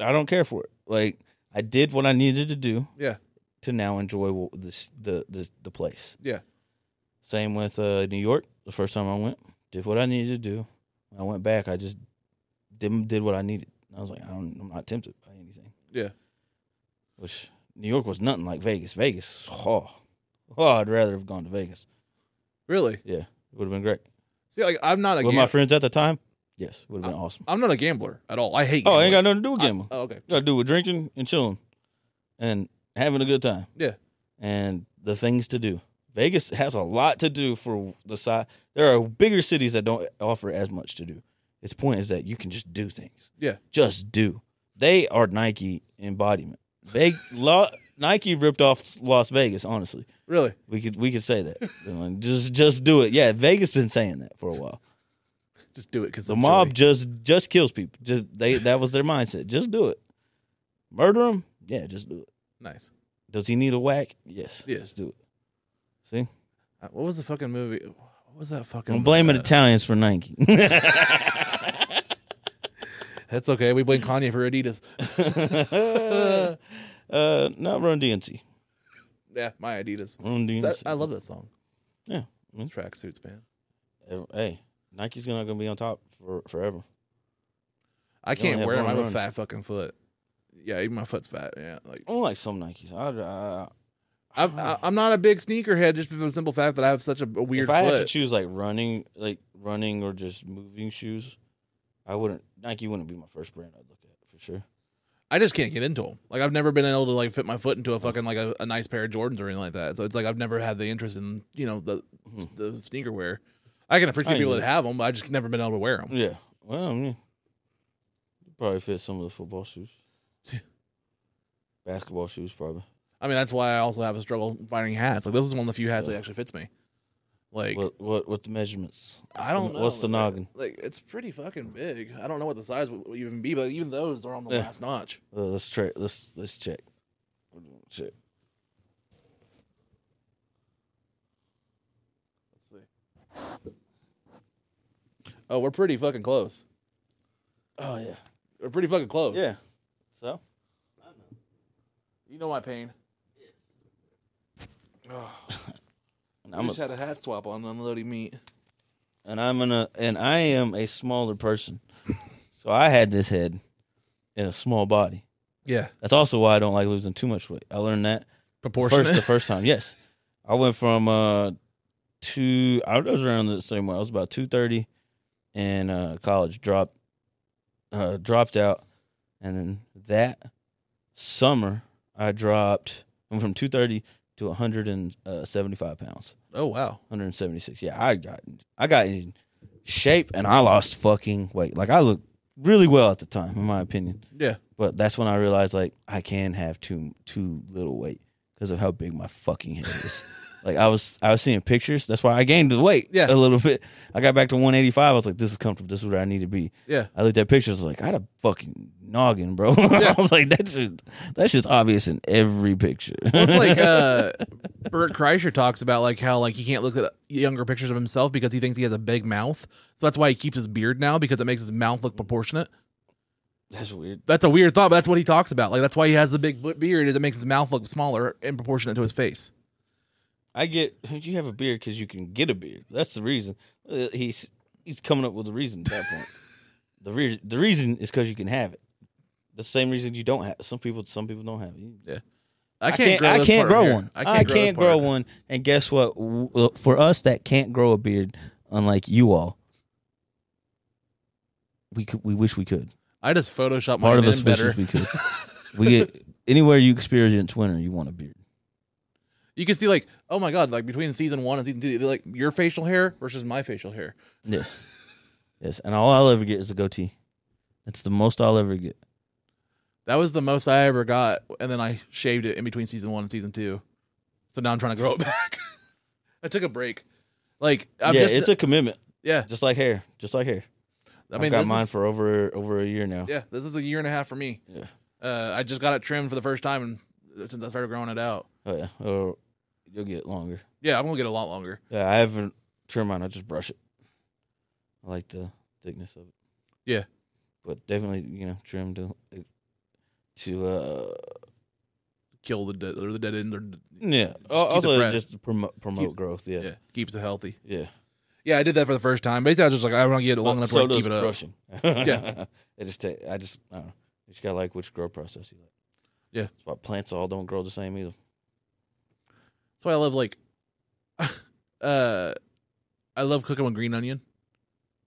S1: I don't care for it. Like I did what I needed to do.
S2: Yeah.
S1: To now enjoy wh- this, the the the place.
S2: Yeah.
S1: Same with uh, New York. The first time I went, did what I needed to do. When I went back, I just did did what I needed. I was like, I don't, I'm not tempted by anything.
S2: Yeah.
S1: Which New York was nothing like Vegas. Vegas, oh, oh I'd rather have gone to Vegas.
S2: Really.
S1: Yeah, it would have been great.
S2: See, like I'm not a.
S1: With my
S2: Gam-
S1: friends at the time, yes, would have been awesome.
S2: I'm not a gambler at all. I hate.
S1: Oh, I ain't got nothing to
S2: gambling.
S1: do with gambling.
S2: I- oh, okay.
S1: got to do with drinking and chilling, and having a good time.
S2: Yeah.
S1: and the things to do. Vegas has a lot to do for the side. There are bigger cities that don't offer as much to do. Its point is that you can just do things.
S2: Yeah.
S1: just do. They are Nike embodiment. They lo- Nike ripped off Las Vegas. Honestly,
S2: Really.
S1: we could we could say that. You know, just just do it. Yeah, Vegas been saying that for a while.
S2: Just do it because
S1: The mob just just kills people. Just they that was their mindset. Just do it. Murder him? Yeah, just do it.
S2: Nice.
S1: Does he need a whack? Yes.
S2: Yeah.
S1: Just do it. See?
S2: Uh, What was the fucking movie? What was that fucking?
S1: I'm blaming
S2: uh,
S1: Italians for Nike.
S2: That's okay. We blame Kanye for Adidas.
S1: uh, not Run DNC.
S2: Yeah, my Adidas.
S1: Run DNC.
S2: That- uh, I love that song.
S1: Yeah.
S2: Track suits, man.
S1: Hey, Nike's not gonna be on top for forever.
S2: I
S1: You only
S2: can't
S1: have
S2: wear them. I
S1: one
S2: have a
S1: run.
S2: fat fucking foot. Yeah, even my foot's fat. Yeah, like
S1: I don't like some Nikes. I,
S2: I'm. I- I'm not a big sneakerhead just for the simple fact that I have such a a
S1: I,
S2: weird
S1: if I had to
S2: foot.
S1: choose like running, like running or just moving shoes, I wouldn't. Nike wouldn't be my first brand I'd look at for sure.
S2: I just can't get into them. Like I've never been able to like fit my foot into a fucking like a, a nice pair of Jordans or anything like that. So it's like I've never had the interest in you know the the sneaker wear. I can
S1: Hmm.
S2: appreciate
S1: I Hmm.
S2: people
S1: get
S2: that
S1: it.
S2: have them, but I just never been able to wear them.
S1: Yeah. Well, I mean, you probably fit some of the football shoes. Basketball shoes, probably.
S2: I mean, that's why I also have a struggle finding hats. Like this is one of the few hats that actually fits me. Like
S1: What what what the measurements?
S2: I don't know.
S1: What's the
S2: man.
S1: noggin?
S2: Like it's pretty fucking big. I don't know what the size would would even be, but even those are on the
S1: Yeah.
S2: last notch.
S1: Uh, let's try. Let's let's check. Check.
S2: Let's see. Oh, we're pretty fucking close.
S1: Oh yeah.
S2: We're pretty fucking close.
S1: Yeah. So
S2: You know my pain.
S1: and
S2: I
S1: I'm
S2: just
S1: a,
S2: had a hat swap on unloading meat.
S1: and I'm gonna and I am a smaller person, so I had this head in a small body.
S2: Yeah.
S1: That's also why I don't like losing too much weight. I learned that
S2: Proportionate.
S1: first the first time. Yes, I went from uh two. I was around the same way. I was about two thirty, in uh, college dropped uh, dropped out, and then that summer I dropped. I'm from two thirty to one hundred and seventy five pounds.
S2: oh wow.
S1: 176. Yeah, I got I got in shape and I lost fucking weight. Like I looked really well at the time, in my opinion.
S2: Yeah.
S1: But that's when I realized like I can have too too little weight because of how big my fucking head is. Like I was, I was seeing pictures. That's why I gained the weight,
S2: Yeah.
S1: a little bit. I got back to 185. I was like, this is comfortable. This is where I need to be.
S2: Yeah.
S1: I looked at pictures. I was like, I had a fucking noggin, bro.
S2: Yeah.
S1: I was like, that shit, that shit's obvious in every picture.
S2: Well, it's like uh, Bert Kreischer talks about like how like he can't look at younger pictures of himself because he thinks he has a big mouth. So that's why he keeps his beard now because it makes his mouth look proportionate.
S1: that's weird.
S2: That's a weird thought, but that's what he talks about. Like that's why he has the big b- beard is it makes his mouth look smaller and proportionate to his face.
S1: I get you have a beard because you can get a beard. That's the reason. Uh, He's he's coming up with a reason at that point. the re- the reason is because you can have it. The same reason you don't have some people. Some people don't have it. You-
S2: I
S1: I
S2: this
S1: can't
S2: part right
S1: grow
S2: here.
S1: one. I can't,
S2: this part.
S1: grow one. And guess what? W- uh, For us that can't grow a beard, unlike you all, we could. We wish we could.
S2: I just
S1: Part
S2: Photoshop mine
S1: of
S2: in
S1: us
S2: better.
S1: wishes we could. we get anywhere you experience winter, you want a beard.
S2: You can see like, oh my god, like between season one and season two, like your facial hair versus my facial hair.
S1: Yes. Yes. And all I'll ever get is a goatee. That's the most I'll ever get.
S2: That was the most I ever got, and then I shaved it in between season one and season two. So now I'm trying to grow it back. I took a break. Like I'm
S1: yeah,
S2: just
S1: it's a commitment.
S2: yeah.
S1: Just like hair. Just like hair.
S2: I
S1: I've
S2: mean,
S1: got
S2: this
S1: mine
S2: is-
S1: for over over a year now.
S2: yeah. This is a year and a half for me.
S1: Yeah.
S2: Uh, I just got it trimmed for the first time, and since I started growing it out,
S1: Oh yeah. Oh, you'll get longer.
S2: yeah, I'm gonna get a lot longer.
S1: Yeah, I haven't trimmed mine, I just brush it. I like the thickness of it.
S2: Yeah.
S1: But definitely, you know, trim to to uh
S2: Kill the dead or the dead end, or
S1: yeah. Just
S2: keep it
S1: also
S2: fresh.
S1: just promote promote growth, yeah.
S2: yeah,
S1: Yeah.
S2: keeps it healthy. Yeah, I did that for the first time. Basically, I was just like, I want to get it
S1: Well,
S2: long enough
S1: so
S2: to like,
S1: does
S2: keep it up.
S1: brushing.
S2: Yeah.
S1: it just take I just I don't know. You just gotta like which grow process you like.
S2: Yeah.
S1: That's why plants all don't grow the same either.
S2: That's why I love like, uh, I love cooking with green onion.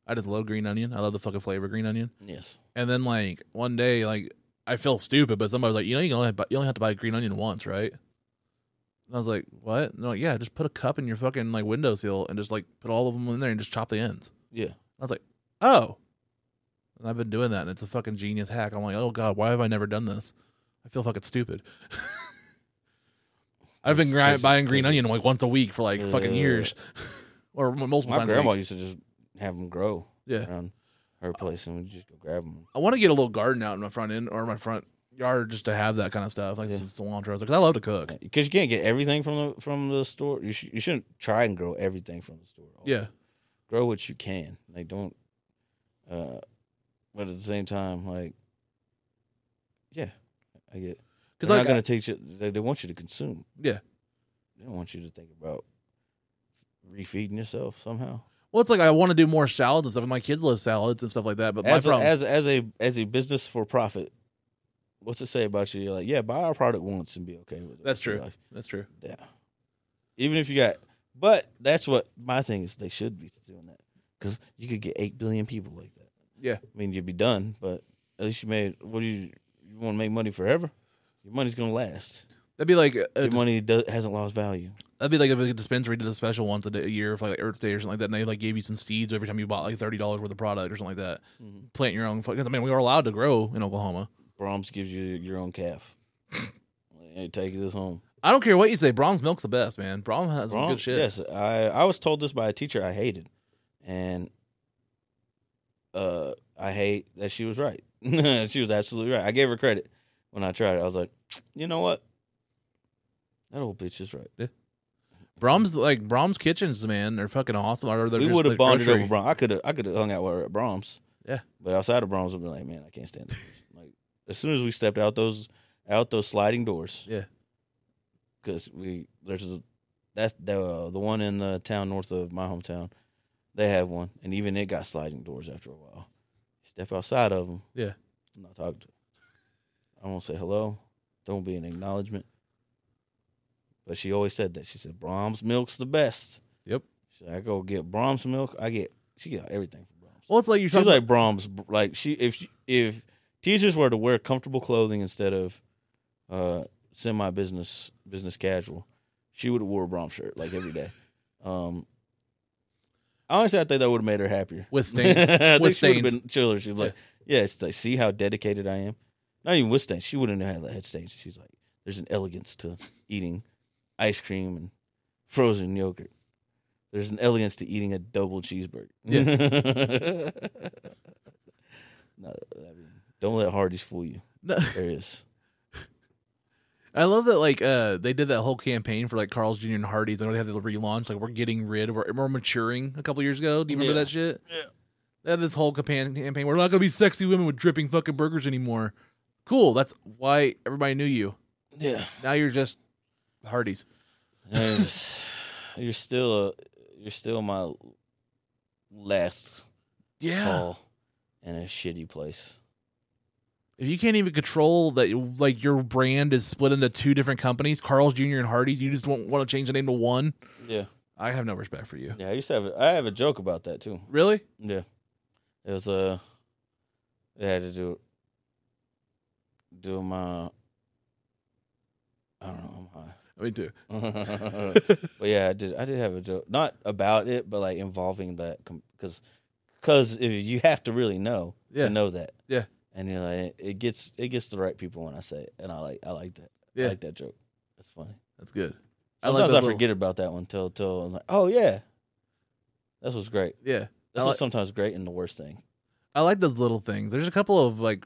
S2: I just love green onion. I love the fucking flavor of green onion.
S1: Yes.
S2: And then like one day, like I feel stupid, but somebody was like, you know, you can only have, you only have to buy green onion once, right? And I was like, what? And they're like, yeah, just put a cup in your fucking like windowsill and just like put all of them in there and just chop the ends.
S1: Yeah.
S2: I was like, oh. And I've been doing that, and it's a fucking genius hack. I'm like, oh god, why have I never done this? I feel fucking stupid. I've been
S1: It's
S2: gri-
S1: just-
S2: buying green onion like once a week for like fucking
S1: Uh,
S2: years, or m- multiple
S1: My
S2: times. a
S1: grandma
S2: week.
S1: used to just have them grow
S2: Yeah,
S1: around her place, and we just go grab them.
S2: I want to get a little garden out in my front end or my front yard just to have that kind of stuff, like
S1: Yeah.
S2: some cilantro, because I love to cook.
S1: Because you can't get everything from the from the store. You sh- you shouldn't try and grow everything from the store.
S2: Yeah,
S1: Grow what you can. Like don't. Uh, but at the same time, like, yeah, I get. Because
S2: because
S1: they're
S2: like,
S1: not going to teach you. They, they want you to consume.
S2: Yeah.
S1: They don't want you to think about refeeding yourself somehow.
S2: well, it's like I want to do more salads and stuff. And my kids love salads and stuff like that. But
S1: as
S2: my
S1: a,
S2: problem,
S1: as as a as a business for profit, what's it say about you? You're like, yeah, buy our product once and be okay with it.
S2: That's
S1: You're
S2: true.
S1: like,
S2: that's true.
S1: yeah. Even if you got, but that's what my thing is. They should be doing that because you could get eight billion people like that.
S2: Yeah.
S1: I mean, you'd be done, but at least you made. What do you? You want to make money forever? Your money's gonna last.
S2: That'd be like a- a
S1: Your money does, hasn't lost value.
S2: That'd be like if a dispensary did a special once a, day, a year for like Earth Day or something like that, and they like gave you some seeds every time you bought like thirty dollars worth of product or something like that.
S1: Mhm.
S2: Plant your own. Because I mean, we were allowed to grow in Oklahoma.
S1: Brahms gives you your own calf. hey, take this home.
S2: I don't care what you say. Brahms milk's the best, man. Brahms has some good
S1: Brahms?
S2: shit.
S1: Yes, I I was told this by a teacher I hated, and uh, I hate that she was right. she was absolutely right. I gave her credit when I tried it. I was like, you know what, that old bitch is right.
S2: Brahms like Brahms kitchens, man. They're fucking awesome. Or they're
S1: we
S2: just,
S1: would have
S2: like,
S1: bonded
S2: grocery.
S1: over Brahms. I could have I could have hung out with her at Brahms.
S2: Yeah.
S1: but outside of Brahms, I'd be like, man, I can't stand this. bitch." like as soon as we stepped out those out those sliding doors.
S2: Yeah.
S1: because we there's a, that's the the one in the town north of my hometown. They have one, and even it got sliding doors after a while. Step outside of them.
S2: Yeah.
S1: I'm not talking to. Them. I won't say hello. There won't be an acknowledgement. But she always said that. She said Brahms milk's the best.
S2: Yep.
S1: Should I go get Brahms milk? I get she got everything from Brahms.
S2: Well, it's like you
S1: She's
S2: talking.
S1: like Brahms. Like she, if she- if teachers were to wear comfortable clothing instead of uh, semi business business casual, she would have wore a Brahms shirt like every day. Um, honestly, I think that would have made her happier.
S2: With stains.
S1: I think
S2: With
S1: she would have
S2: stains.
S1: been chiller. She was like, "Yeah, it's like see how dedicated I am." Not even with stains. She wouldn't have had head stains. She's like, "There's an elegance to eating ice cream and frozen yogurt. There's an elegance to eating a double cheeseburger.
S2: Yeah.
S1: no, I mean, don't let Hardee's fool you.
S2: No.
S1: There is.
S2: I love that like uh they did that whole campaign for like Carl's Jr. and Hardee's and they had to relaunch like we're getting rid of we're, we're maturing a couple years ago. Do you remember
S1: Yeah.
S2: that shit?
S1: Yeah.
S2: They had this whole campa- campaign. We're not gonna be sexy women with dripping fucking burgers anymore. Cool. That's why everybody knew you.
S1: Yeah.
S2: Now you're just Hardee's.
S1: There's- you're still a, you're still my last
S2: Yeah.
S1: call in a shitty place.
S2: If you can't even control that, like your brand is split into two different companies, Carl's Jr. and Hardee's, you just don't want to change the name to one.
S1: Yeah.
S2: I have no respect for you.
S1: Yeah, I used to have. A, I have a joke about that too.
S2: Really?
S1: Yeah, it was uh, it had to do do my. I don't know. I'm high.
S2: I mean, too.
S1: but yeah, I did. I did have a joke, not about it, but like involving that because because you have to really know
S2: Yeah.
S1: to know that.
S2: Yeah.
S1: and you're like it gets it gets the right people when I say it, and I like I like that.
S2: Yeah.
S1: I like that joke. That's funny.
S2: That's good.
S1: Sometimes I,
S2: those little-
S1: forget about that one till till I'm like, oh yeah, that's what's great.
S2: Yeah.
S1: That's
S2: I like-
S1: what's sometimes great and the worst thing.
S2: I like those little things. There's a couple of like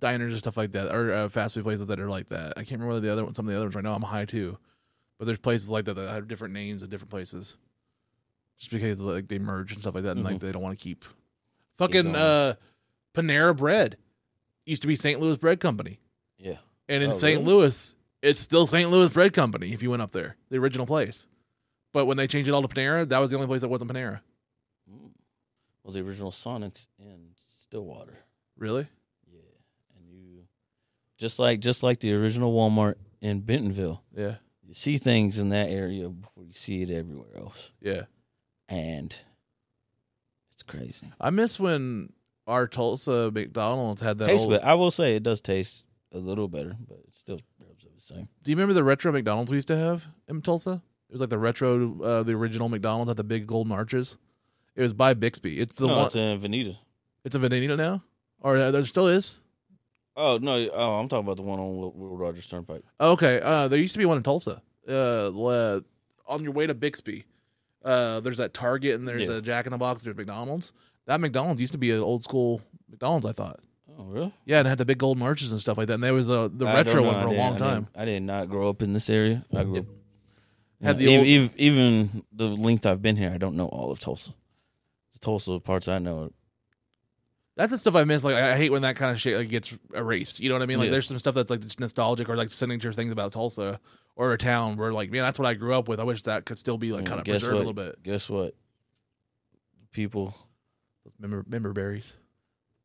S2: diners and stuff like that, or uh, fast food places that are like that. I can't remember the other one. Some of the other ones right now. I'm high too, but there's places like that that have different names at different places, just because like they merge and stuff like that, and like they don't want to keep. Fucking
S1: Mm-hmm. going.
S2: uh, Panera Bread used to be St. Louis Bread Company,
S1: Yeah,
S2: and in
S1: Oh,
S2: St.
S1: really?
S2: Louis, it's still St. Louis Bread Company. If you went up there, the original place, but when they changed it all to Panera, that was the only place that wasn't Panera.
S1: Mm. was the original Sonics in Stillwater.
S2: Really?
S1: Yeah, and you just like just like the original Walmart in Bentonville,
S2: Yeah.
S1: you see things in that area before you see it everywhere else,
S2: Yeah.
S1: and it's crazy.
S2: I miss when our Tulsa McDonald's had that.
S1: Tastes
S2: old,
S1: better. I will say it does taste a little better, but it still rubs up the same.
S2: Do you remember the retro McDonald's we used to have in Tulsa? It was like the retro, uh, the original McDonald's at the big golden arches. It was by Bixby. It's the
S1: no,
S2: one.
S1: it's
S2: It's,
S1: in Veneta.
S2: a Veneta now, or uh, there still is.
S1: Oh no! Oh, I'm talking about the one on Will, Will Rogers Turnpike.
S2: Okay, uh, there used to be one in Tulsa. Uh, le- on your way to Bixby, uh, there's that Target and there's
S1: Yeah.
S2: a Jack in the Box. There's McDonald's. That McDonald's used to be an old school McDonald's. I thought.
S1: Oh really?
S2: Yeah, and it had the big golden arches and stuff like that. And there was uh, the
S1: I don't
S2: retro
S1: know.
S2: one
S1: I
S2: for a
S1: didn't-
S2: long
S1: I
S2: time.
S1: didn't- I did not grow up in this area. I grew
S2: Yep.
S1: up.
S2: Had the
S1: even,
S2: old-
S1: even, even the length I've been here, I don't know all of Tulsa. The Tulsa parts I know. are-
S2: That's the stuff I miss. Like I I hate when that kind of shit like, gets erased. You know what I mean? Like
S1: Yeah.
S2: there's some stuff that's like just nostalgic or like signature things about Tulsa or a town where like man, that's what I grew up with. I wish that could still be like
S1: Yeah,
S2: kind of
S1: guess
S2: preserved a
S1: what?
S2: little bit.
S1: Guess what? People,
S2: Those member, member berries.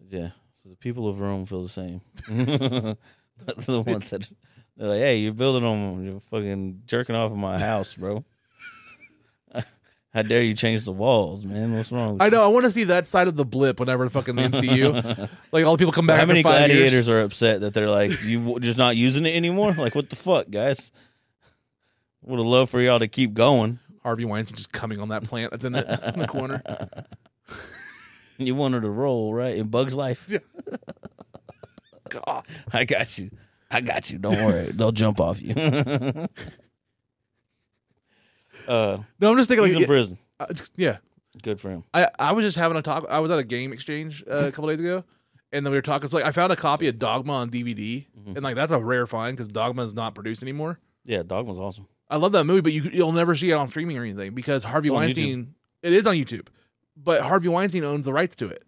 S1: yeah. So the people of Rome feel the same. They're the ones that they're like, "Hey, you're building on, you're fucking jerking off in my house, bro. How dare you change the walls, man? What's wrong?" With
S2: I
S1: you?"
S2: know. I want to see that side of the blip whenever fucking the MCU. like all the people come back.
S1: How
S2: after
S1: many
S2: five
S1: gladiators
S2: Years.
S1: are upset that they're like, you w- just not using it anymore? Like, what the fuck, guys? Would have loved for y'all to keep going.
S2: Harvey Weinstein just coming on that plant that's in the, in the corner.
S1: You wanted to roll, right? In Bug's life.
S2: God.
S1: I got you. I got you. Don't worry. They'll jump off you. uh,
S2: No, I'm just thinking
S1: he's in
S2: like yeah,
S1: prison.
S2: uh, yeah.
S1: Good for him.
S2: I I was just having a talk. I was at a game exchange uh, a couple days ago, and then we were talking. It's like I found a copy of Dogma on DVD,
S1: Mm-hmm.
S2: and like that's a rare find because Dogma is not produced anymore.
S1: Yeah, Dogma's awesome.
S2: I love that movie, but you you'll never see it on streaming or anything because Harvey
S1: It's on
S2: Weinstein. It is on YouTube, but Harvey Weinstein owns the rights to it,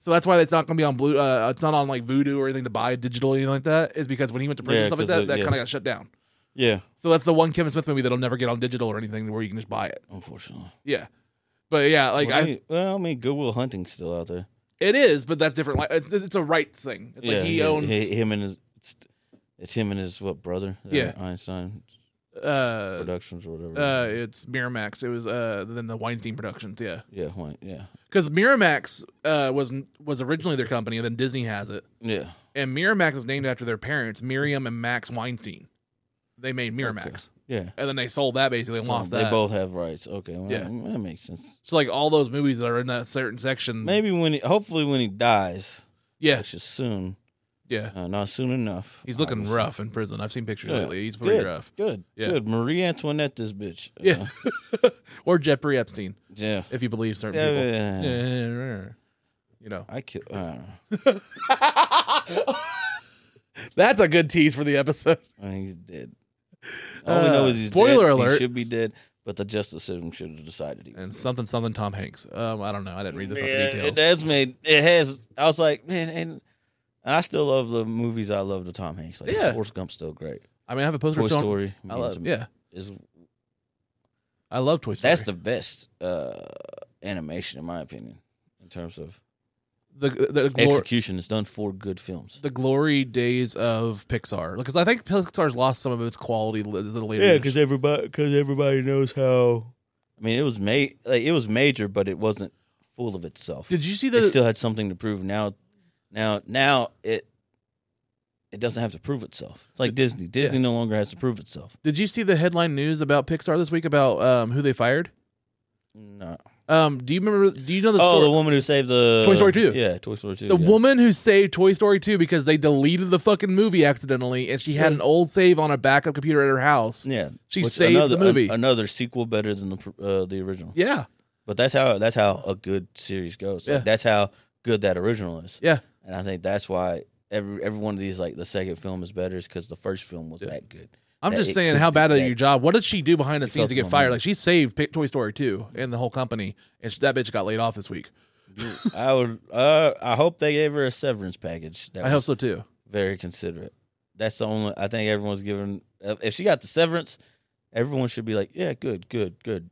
S2: so that's why it's not going to be on blue. Uh, it's not on like Voodoo or anything to buy digital or anything like that. Is because when he went to prison
S1: Yeah,
S2: and stuff like
S1: 'cause
S2: that,
S1: it-
S2: that
S1: yeah.
S2: kind of got shut down.
S1: Yeah,
S2: So that's the one Kevin Smith movie that'll never get on digital or anything where you can just buy it.
S1: unfortunately.
S2: Yeah, but yeah, like
S1: well,
S2: I.
S1: I mean, well, I mean, Goodwill Hunting's still out there.
S2: It is, but that's different. Like it's, it's a rights thing. It's
S1: yeah,
S2: like he owns.
S1: him and his. It's, it's him and his what brother?
S2: Yeah.
S1: Einstein
S2: uh,
S1: Productions or whatever.
S2: uh, it's Miramax. It was uh, then the Weinstein Productions. Yeah,
S1: Yeah, White. Yeah,
S2: because Miramax uh, was was originally their company, and then Disney has it.
S1: yeah.
S2: And Miramax is named after their parents, Miriam and Max Weinstein. They made Miramax,
S1: Yeah.
S2: and then they sold that basically and
S1: So
S2: lost
S1: they
S2: that.
S1: both have rights. Okay, well,
S2: Yeah.
S1: that, that makes sense.
S2: so like all those movies that are in that certain section.
S1: Maybe when he, hopefully when he dies,
S2: yeah,
S1: which is soon,
S2: Yeah.
S1: Uh, not soon enough.
S2: He's looking
S1: obviously.
S2: rough in prison. I've seen pictures
S1: Yeah.
S2: lately. He's pretty
S1: good,
S2: rough.
S1: Good.
S2: Yeah.
S1: Good. Marie Antoinette, this bitch.
S2: Yeah.
S1: Uh,
S2: or Jeffrey Epstein,
S1: yeah.
S2: if you believe certain
S1: Yeah,
S2: people.
S1: yeah, yeah, yeah.
S2: You know.
S1: I uh, kill. I don't know.
S2: That's a good tease for the episode.
S1: I think he's dead. All we know
S2: Uh,
S1: is he's
S2: spoiler
S1: dead.
S2: alert.
S1: He should be dead, but the justice system should have decided he.
S2: And something something Tom Hanks. Um, I don't know. I didn't read the fucking
S1: Yeah,
S2: details.
S1: It has made. It has. I was like, man, and, and I still love the movies. I love the Tom Hanks. Like,
S2: Yeah.
S1: Forrest Gump's still great.
S2: I mean, I have a poster
S1: Toy
S2: of Tom-
S1: Story.
S2: I
S1: means-
S2: love, yeah,
S1: is-
S2: I love Toy Story.
S1: that's the best uh, animation, in my opinion, in terms of
S2: the the, the, glor-
S1: execution. It's done for good films.
S2: the glory days of Pixar because I think Pixar's lost some of its quality. li- The later years.
S1: everybody because everybody knows how. I mean, it was made like it was major, but it wasn't full of itself.
S2: did you see
S1: it
S2: the
S1: still had something to prove. Now, now, now it it doesn't have to prove itself. It's like Disney. Disney no longer has to prove itself.
S2: Did you see the headline news about Pixar this week about um, who they fired?
S1: No.
S2: Um, do you remember? Do you know the
S1: oh,
S2: story?
S1: the woman who saved the
S2: Toy Story 2.
S1: Yeah, Toy Story two.
S2: The
S1: yeah.
S2: woman who saved Toy Story 2 because they deleted the fucking movie accidentally and she had an old save on a backup computer at her house.
S1: Yeah,
S2: She
S1: Which
S2: saved the
S1: another, an-
S2: movie.
S1: another sequel better than the pr- uh, the original.
S2: Yeah.
S1: But that's how that's how a good series goes. Like,
S2: Yeah.
S1: That's how good that original is.
S2: Yeah.
S1: And I think that's why every every one of these like the second film is better is because the first film was that good.
S2: I'm
S1: That
S2: just
S1: it
S2: saying
S1: could
S2: how
S1: be
S2: bad of
S1: that-
S2: your job. What did she do behind the scenes
S1: felt
S2: to
S1: the
S2: get fired?
S1: momentum.
S2: Like she saved Pi- Toy Story 2 and the whole company and she, that bitch got laid off this week.
S1: I would. Uh, I hope they gave her a severance package. That
S2: I hope
S1: was
S2: so too.
S1: very considerate. That's the only. I think everyone's given. If she got the severance, everyone should be like, yeah, good, good, good.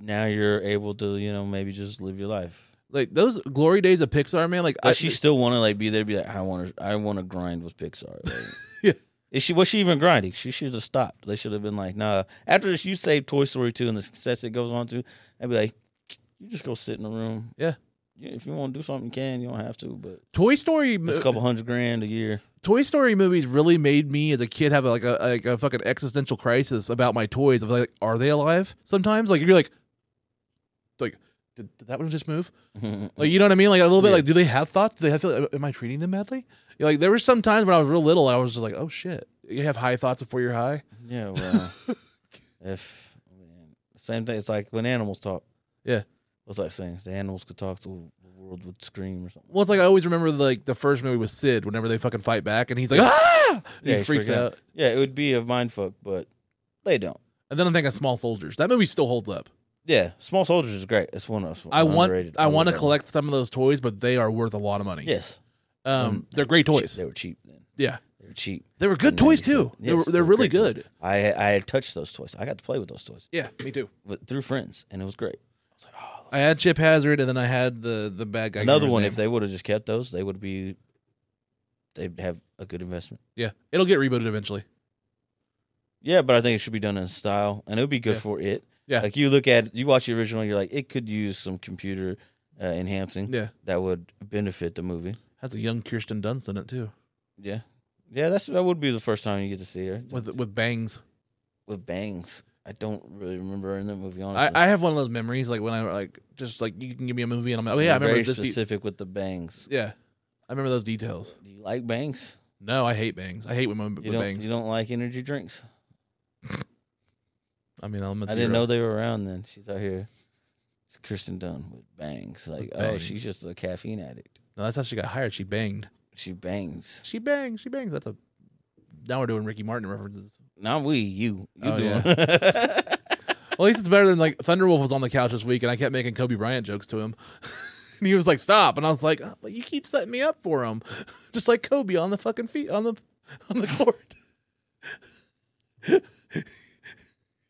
S1: Now you're able to, you know, maybe just live your life.
S2: Like those glory days of Pixar, man. Like I,
S1: Does she still want to like be there? Be like, I want to. I want to grind with Pixar. Like,
S2: Yeah.
S1: Is she was she even grinding? She should have stopped. They should have been like, nah. After this, you save Toy Story two and the success it goes on to, I'd be like, you just go sit in the room.
S2: Yeah.
S1: Yeah, if you want to do something, you can. You don't have to, but
S2: Toy Story
S1: it's a couple hundred grand a year.
S2: Toy Story movies really made me as a kid have like a like a fucking existential crisis about my toys. Of like, are they alive? Sometimes, like you're like, like did, did that one just move? Like you know what I mean? Like a little bit.
S1: Yeah.
S2: Like, do they have thoughts? Do they have? Feel, am I treating them badly? You know, Like there were some times when I was real little, I was just like, oh shit. You have high thoughts before you're high.
S1: yeah, well, if man, same thing, it's like when animals talk.
S2: Yeah.
S1: what's that saying? If the animals could talk, the the world would scream or something.
S2: Well, it's like I always remember like the first movie with Sid. Whenever they fucking fight back, and he's like, ah, And
S1: Yeah,
S2: he
S1: he's
S2: freaks
S1: freaking
S2: out.
S1: out. Yeah, it would be a mind fuck, but they don't.
S2: And then I'm thinking Small Soldiers. That movie still holds up.
S1: Yeah, Small Soldiers is great. It's one of
S2: I want,
S1: underrated.
S2: I
S1: love
S2: want to
S1: that one.
S2: collect some of those toys, but they are worth a lot of money.
S1: Yes,
S2: Um, they're great toys.
S1: They were cheap then.
S2: Yeah,
S1: They were cheap.
S2: they were good
S1: And
S2: toys
S1: then-
S2: too. they
S1: yes,
S2: were, they're really
S1: great toys.
S2: good.
S1: I I had touched those toys. I got to play with those toys,
S2: Yeah, me too.
S1: but through friends, and it was great.
S2: I had Chip Hazard, and then I had the the bad guy. I can't
S1: Another
S2: remember
S1: one. If
S2: his name.
S1: they would have just kept those, they would be. They'd have a good investment.
S2: yeah, it'll get rebooted eventually.
S1: Yeah, but I think it should be done in style, and it would be good
S2: Yeah.
S1: for it.
S2: Yeah.
S1: like you look at you watch the original, you're like, it could use some computer uh, enhancing
S2: Yeah,
S1: that would benefit the movie.
S2: has a young Kirsten Dunst in it too,
S1: Yeah, yeah, that's that would be the first time you get to see her
S2: with with bangs.
S1: with bangs. I don't really remember her in that movie. Honestly,
S2: I, I have one of those memories, like when I like just like you can give me a movie, and I'm like, oh yeah, I
S1: I'm
S2: remember
S1: very
S2: this. de-
S1: specific with the bangs.
S2: yeah, I remember those details.
S1: Do you like bangs?
S2: No, I hate bangs. I hate women
S1: You
S2: with
S1: don't.
S2: bangs.
S1: You don't like energy drinks.
S2: I mean, I'm a
S1: I didn't
S2: zero.
S1: know they were around then. She's out here. It's Kirsten Dunn with bangs. Like, oh,
S2: bangs.
S1: she's just a caffeine addict.
S2: No, that's how she got hired. She banged.
S1: She bangs.
S2: She bangs. She bangs. That's a. Now we're doing Ricky Martin references.
S1: Not we, you. You
S2: Oh,
S1: doing?
S2: Well, at least it's better than like Thunderwolf was on the couch this week, and I kept making Kobe Bryant jokes to him, and he was like, "Stop!" And I was like, oh, but "You keep setting me up for him, just like Kobe on the fucking feet on the on the court."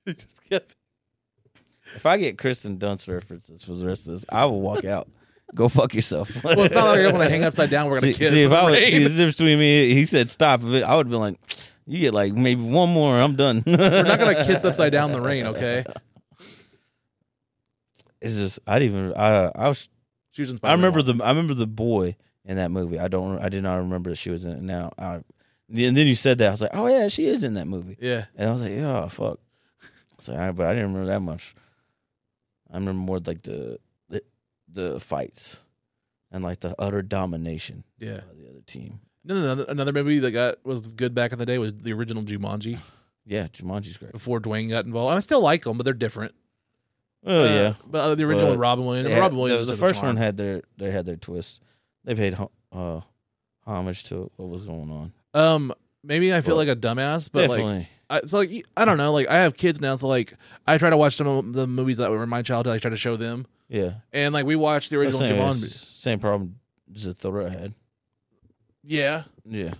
S2: He just kept-
S1: if I get Kristen Dunst references for the rest of this, I will walk out. Go fuck yourself.
S2: Well, it's not like I want to hang upside down. We're gonna
S1: See,
S2: kiss.
S1: see,
S2: in
S1: if
S2: the
S1: I was, see,
S2: rain.
S1: the difference between me, he said stop. If it, I would have been like, you get like maybe one more, I'm done.
S2: We're not gonna kiss upside down in the rain, okay?
S1: It's just I didn't even. I I was.
S2: She was in
S1: I remember
S2: Spider-Man.
S1: the. I remember the boy in that movie. I don't. I did not remember that she was in it. Now I. And then you said that I was like, oh yeah, she is in that movie.
S2: Yeah,
S1: And I was like, oh fuck. I was like, all right, but I didn't remember that much. I remember more like the the, the fights and like the utter domination
S2: yeah.
S1: by the other team.
S2: And then another, another movie that got was good back in the day was the original Jumanji
S1: Yeah, Jumanji's great.
S2: before Dwayne got involved. I still like them, but they're different.
S1: Oh
S2: Uh,
S1: yeah,
S2: but uh, the original
S1: But
S2: with Robin Williams.
S1: They had-
S2: Robin Williams.
S1: The,
S2: was
S1: the
S2: a
S1: first
S2: charm.
S1: one had their they had their twist. They paid ho- uh, homage to what was going on.
S2: Um, maybe I feel
S1: Well,
S2: like a dumbass, but like,
S1: Definitely,
S2: I, so like you- I don't know. Like I have kids now, so like I try to watch some of the movies that were in my childhood. I try to show them,
S1: yeah.
S2: and like we watched the
S1: That's
S2: original
S1: Same,
S2: Jumanji.
S1: same problem Zathura had.
S2: Yeah,
S1: Yeah,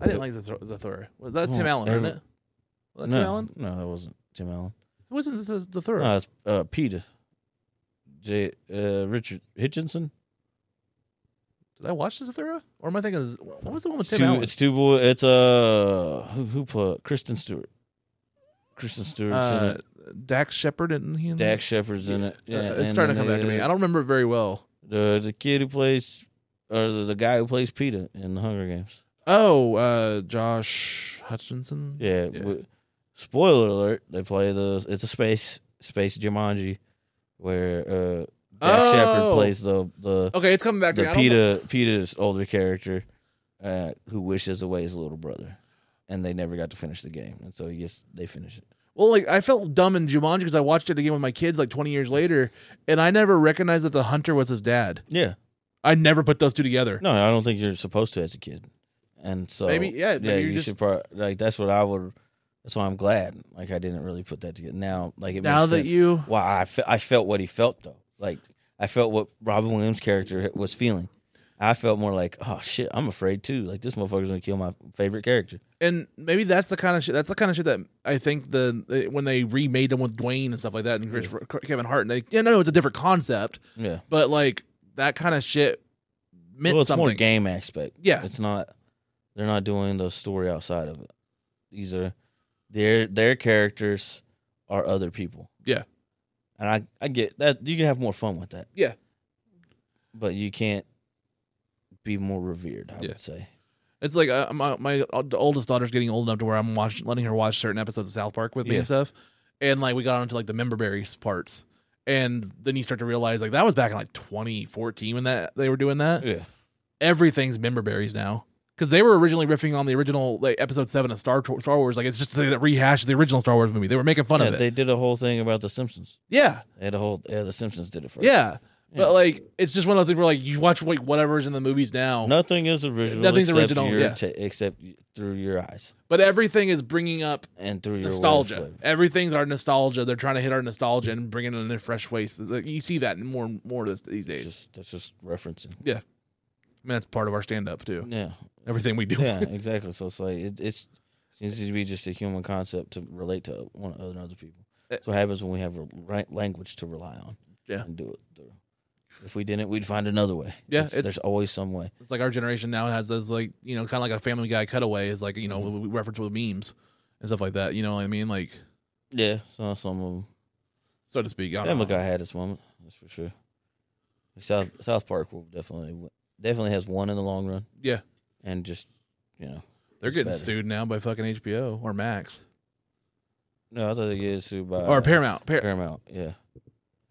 S2: I didn't like the, th- the Thor. Was that
S1: Well,
S2: Tim Allen? Wasn't
S1: every-
S2: it? Was
S1: no,
S2: that Tim Allen?
S1: no, that wasn't Tim Allen.
S2: It wasn't the, the Thor.
S1: No, it's uh, Peter. J. Uh, Richard Hitchinson.
S2: Did I watch the Thor? Or am I thinking? Of, what was the one with
S1: It's
S2: Tim
S1: two,
S2: Allen?
S1: it's two boy. It's uh, who who put Kristen Stewart. Kristen Stewart's in
S2: Uh,
S1: it.
S2: Dax Shepard and he. in
S1: Dax Shepard's in
S2: Uh, yeah,
S1: it.
S2: uh,
S1: Yeah,
S2: it's starting to come back to me. I don't remember it very well.
S1: The the kid who plays, or the, the guy who plays Peter in the Hunger Games.
S2: Oh, uh, Josh Hutchinson.
S1: Yeah.
S2: Yeah.
S1: W- spoiler alert: They play the. It's a space space Jumanji, where uh, Dax Shepard
S2: Oh.
S1: plays the the
S2: Okay, it's coming back to me.
S1: the
S2: I don't know-
S1: Peter Peter's older character, uh, who wishes away his little brother, and they never got to finish the game, and so he gets they finish it.
S2: Well, like I felt dumb in Jumanji because I watched it again with my kids like 20 years later, and I never recognized that the hunter was his dad.
S1: Yeah.
S2: I never put those two together.
S1: No, I don't think you're supposed to as a kid, and so
S2: Maybe- yeah, maybe
S1: yeah.
S2: you're
S1: you
S2: just-
S1: should probably like that's what I would. That's why I'm glad. Like I didn't really put that together. Now, like it
S2: now
S1: makes
S2: that
S1: sense.
S2: you,
S1: Well, I, fe- I felt what he felt though. Like I felt what Robin Williams' character was feeling. I felt more like, oh shit, I'm afraid too. Like this motherfucker's gonna kill my favorite character.
S2: and maybe that's the kind of shit. That's the kind of shit that I think the the- when they remade them with Dwayne and stuff like that, and Chris, Kevin Hart, and they, yeah, no, it's a different concept,
S1: Yeah.
S2: but like that kind of shit meant
S1: Well, it's
S2: something.
S1: more game aspect.
S2: Yeah.
S1: It's not. They're not doing the story outside of it. These are their their characters are other people.
S2: Yeah.
S1: And I I get that you can have more fun with that.
S2: Yeah.
S1: But you can't be more revered. I
S2: Yeah.
S1: would say.
S2: It's like uh, my my oldest daughter's getting old enough to where I'm watching, letting her watch certain episodes of South Park with me
S1: Yeah.
S2: and stuff, and like we got onto like the member berries parts, and then you start to realize like that was back in like 2014 when that they were doing that.
S1: Yeah.
S2: Everything's member berries now because they were originally riffing on the original like episode seven of Star Tro- Star Wars. Like it's just a rehash of the original Star Wars movie. They were making fun
S1: yeah
S2: of it.
S1: they did a whole thing about the Simpsons.
S2: yeah,
S1: They had a whole. Yeah, the Simpsons did it first.
S2: yeah.
S1: Yeah.
S2: But like it's just one of those things where like you watch like whatever's in the movies now.
S1: Nothing is original.
S2: Nothing's
S1: except
S2: original,
S1: Your,
S2: yeah.
S1: ta- except through your eyes
S2: But everything is bringing up
S1: and through your way of
S2: nostalgia.
S1: flavor.
S2: Everything's our nostalgia. They're trying to hit our nostalgia and bring it in a fresh way. So, like, you see that in more and more this, these
S1: It's
S2: days.
S1: just- That's just referencing.
S2: I mean, that's part of our stand up too.
S1: Yeah.
S2: Everything we do.
S1: yeah, exactly. So it's like it, it's seems to be just a human concept to relate to one another other people.
S2: Eh.
S1: So it happens when we have a right language to rely on.
S2: Yeah.
S1: and do it through. If we didn't, we'd find another way.
S2: Yeah,
S1: It's- there's
S2: it's-
S1: always some way.
S2: It's like our generation now has those like you know kind of like a Family Guy cutaway is like you know
S1: Mm-hmm.
S2: we reference with memes and stuff like that. You know what I mean? Like
S1: Yeah, so some of them.
S2: so to speak. I don't
S1: Family
S2: know.
S1: Guy had its moment, that's for sure. South South Park will definitely w- definitely has one in the long run,
S2: Yeah,
S1: and just you know,
S2: they're
S1: It's
S2: getting
S1: better.
S2: sued now by fucking HBO or Max
S1: no, I thought they get sued by
S2: or Paramount. Par-
S1: Paramount, yeah,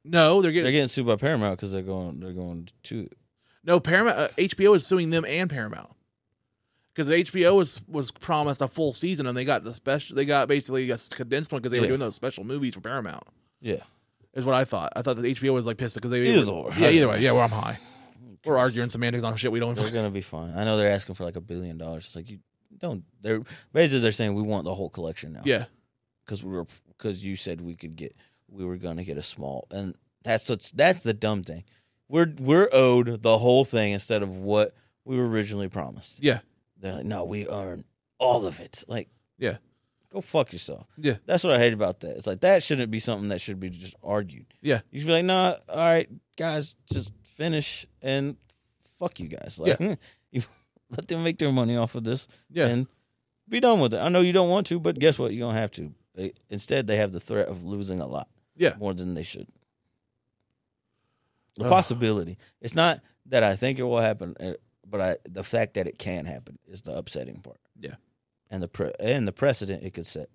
S2: no, they're
S1: uh, they're
S2: getting
S1: getting sued by Paramount because they're going they're going to
S2: no Paramount. Uh, HBO is suing them and Paramount. Because HBO was was promised a full season and they got the special, they got basically a condensed one because they were
S1: Yeah.
S2: doing those special movies for Paramount.
S1: yeah.
S2: is what I thought. I thought that HBO was like pissed because they
S1: Either or.
S2: yeah, either way, yeah, well, I'm high. We're arguing semantics on shit we don't.
S1: We're gonna be fine. I know they're asking for like a billion dollars. It's like you don't. They're basically they're saying we want the whole collection now.
S2: Yeah,
S1: because we were because you said we could get we were gonna get a small, and that's what's that's the dumb thing. We're we're owed the whole thing instead of what we were originally promised.
S2: yeah,
S1: They're like, no, we earn all of it. Like,
S2: Yeah.
S1: go fuck yourself.
S2: Yeah.
S1: that's what I hate about that. It's like that shouldn't be something that should be just argued.
S2: Yeah.
S1: you should be like, nah, all right, guys, just finish and fuck you guys. Like, you let them make their money off of this
S2: yeah.
S1: and be done with it. I know you don't want to, but guess what? You don't have to. They, instead, they have the threat of losing a lot.
S2: Yeah.
S1: More than they should. The
S2: Ugh.
S1: possibility. It's not that I think it will happen, eh, but I the fact that it can happen is the upsetting part.
S2: Yeah.
S1: And the pre- and the precedent it could set.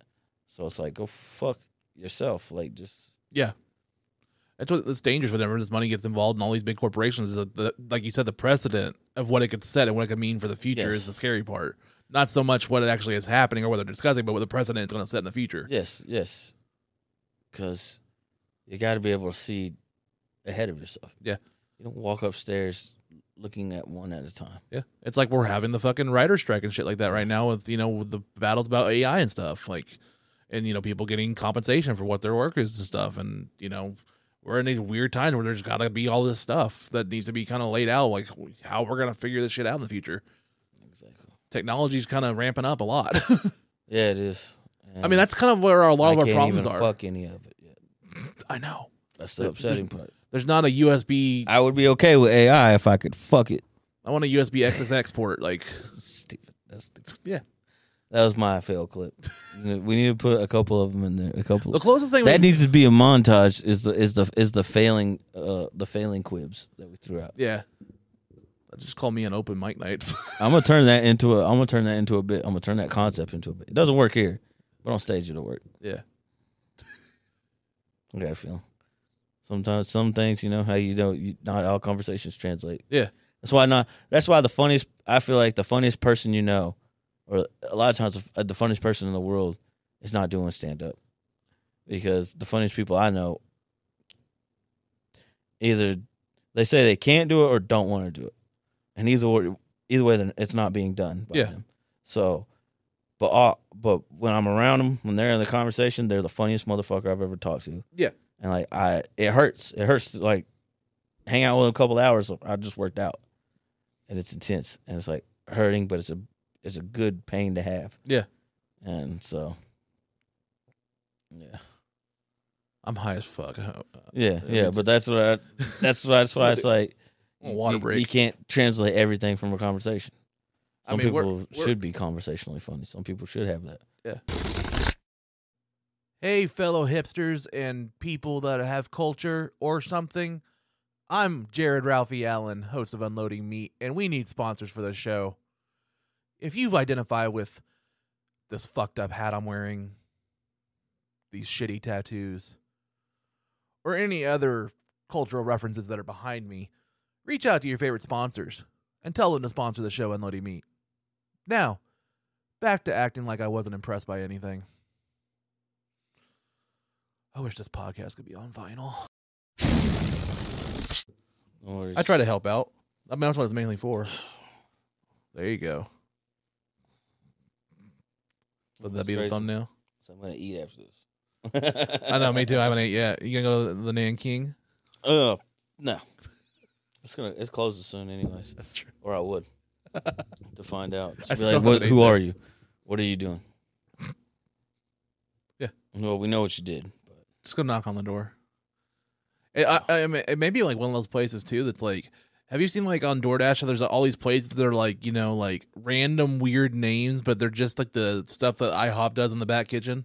S1: So it's like go fuck yourself. Like just
S2: That's what it's dangerous whenever this money gets involved in all these big corporations. Is that the, like you said, the precedent of what it could set and what it could mean for the future
S1: Yes.
S2: is the scary part. Not so much what actually is happening or what they're discussing, but what the precedent is going to set in the future.
S1: Yes, yes. Because you got to be able to see ahead of yourself.
S2: Yeah.
S1: You don't walk upstairs looking at one at a time.
S2: Yeah, it's like we're having the fucking writer strike and shit like that right now with you know with the battles about AI and stuff like, and you know people getting compensation for what their work is and stuff, and you know we're in these weird times where there's got to be all this stuff that needs to be kind of laid out, like how we're gonna figure this shit out in the future.
S1: Exactly.
S2: Technology's kind of ramping up a lot.
S1: Yeah, it is.
S2: I mean, that's kind of where a lot
S1: Mm.
S2: of
S1: I
S2: our
S1: can't
S2: problems
S1: even
S2: are.
S1: Fuck any of it. Yet.
S2: I know
S1: That's the upsetting part.
S2: there's not a USB.
S1: I would be okay with AI if I could fuck it.
S2: I want a USB XSX port. Like,
S1: Stupid. That's stupid.
S2: yeah,
S1: That was my fail clip. we need to put a couple of them in there. A couple.
S2: the closest thing we
S1: that needs to be a montage. Is the is the is the failing uh the failing quibs that we threw out.
S2: yeah. Just call me an open mic nights.
S1: I'm gonna turn that into a. I'm gonna turn that into a bit. I'm gonna turn that concept into a bit. It doesn't work here, but on stage it'll work.
S2: yeah.
S1: I got a feeling. Sometimes some things, you know, how you know, you, not all conversations translate.
S2: Yeah.
S1: That's why not. That's why the funniest. I feel like the funniest person you know, or a lot of times uh, the, the funniest person in the world, is not doing stand up, because the funniest people I know, either they say they can't do it or don't want to do it, and either or, either way, then it's not being done. By
S2: Yeah.
S1: Them. So, but all, but when I'm around them, when they're in the conversation, they're the funniest motherfucker I've ever talked to.
S2: Yeah.
S1: And like I, it hurts. It hurts to like hang out with them a couple hours. I just worked out, and it's intense, and it's like hurting, but it's a it's a good pain to have.
S2: Yeah.
S1: And so, yeah,
S2: Uh, I'm high as fuck. Uh,
S1: yeah,
S2: Yeah,
S1: yeah.
S2: it's-
S1: But that's what I. That's why. That's why it's like
S2: A water
S1: you-
S2: break.
S1: You can't translate everything from a conversation.
S2: I
S1: Some
S2: mean, we're-
S1: people
S2: we're-
S1: should be conversationally funny. Some people should have that.
S2: Hey, fellow hipsters and people that have culture or something. I'm Jared Ralphie Allen, host of Unloading Meat, and we need sponsors for this show. If you identify with this fucked up hat I'm wearing, these shitty tattoos, or any other cultural references that are behind me, reach out to your favorite sponsors and tell them to sponsor the show Unloading Meat. Now, back to acting like I wasn't impressed by anything. I wish this podcast could be on vinyl.
S1: No worries.
S2: I try to help out. I mean, that's what it's mainly for. There you go. Would that
S1: That's
S2: be the
S1: crazy.
S2: thumbnail?
S1: So I'm gonna eat after this.
S2: I know, me too. I haven't ate yet. You gonna go to the Nan King?
S1: Uh, no. It's gonna it's closes soon, anyways.
S2: That's true.
S1: Or I would to find out. Just
S2: I
S1: be
S2: still
S1: like,
S2: haven't
S1: what,
S2: ate
S1: who
S2: that.
S1: are you? What are you doing?
S2: Yeah.
S1: Well, we know what you did.
S2: Just go knock on the door. It, I, I mean, it may be like one of those places too. That's like, have you seen like on DoorDash? How there's all these places that are like, you know, like random weird names, but they're just like the stuff that IHOP does in the back kitchen.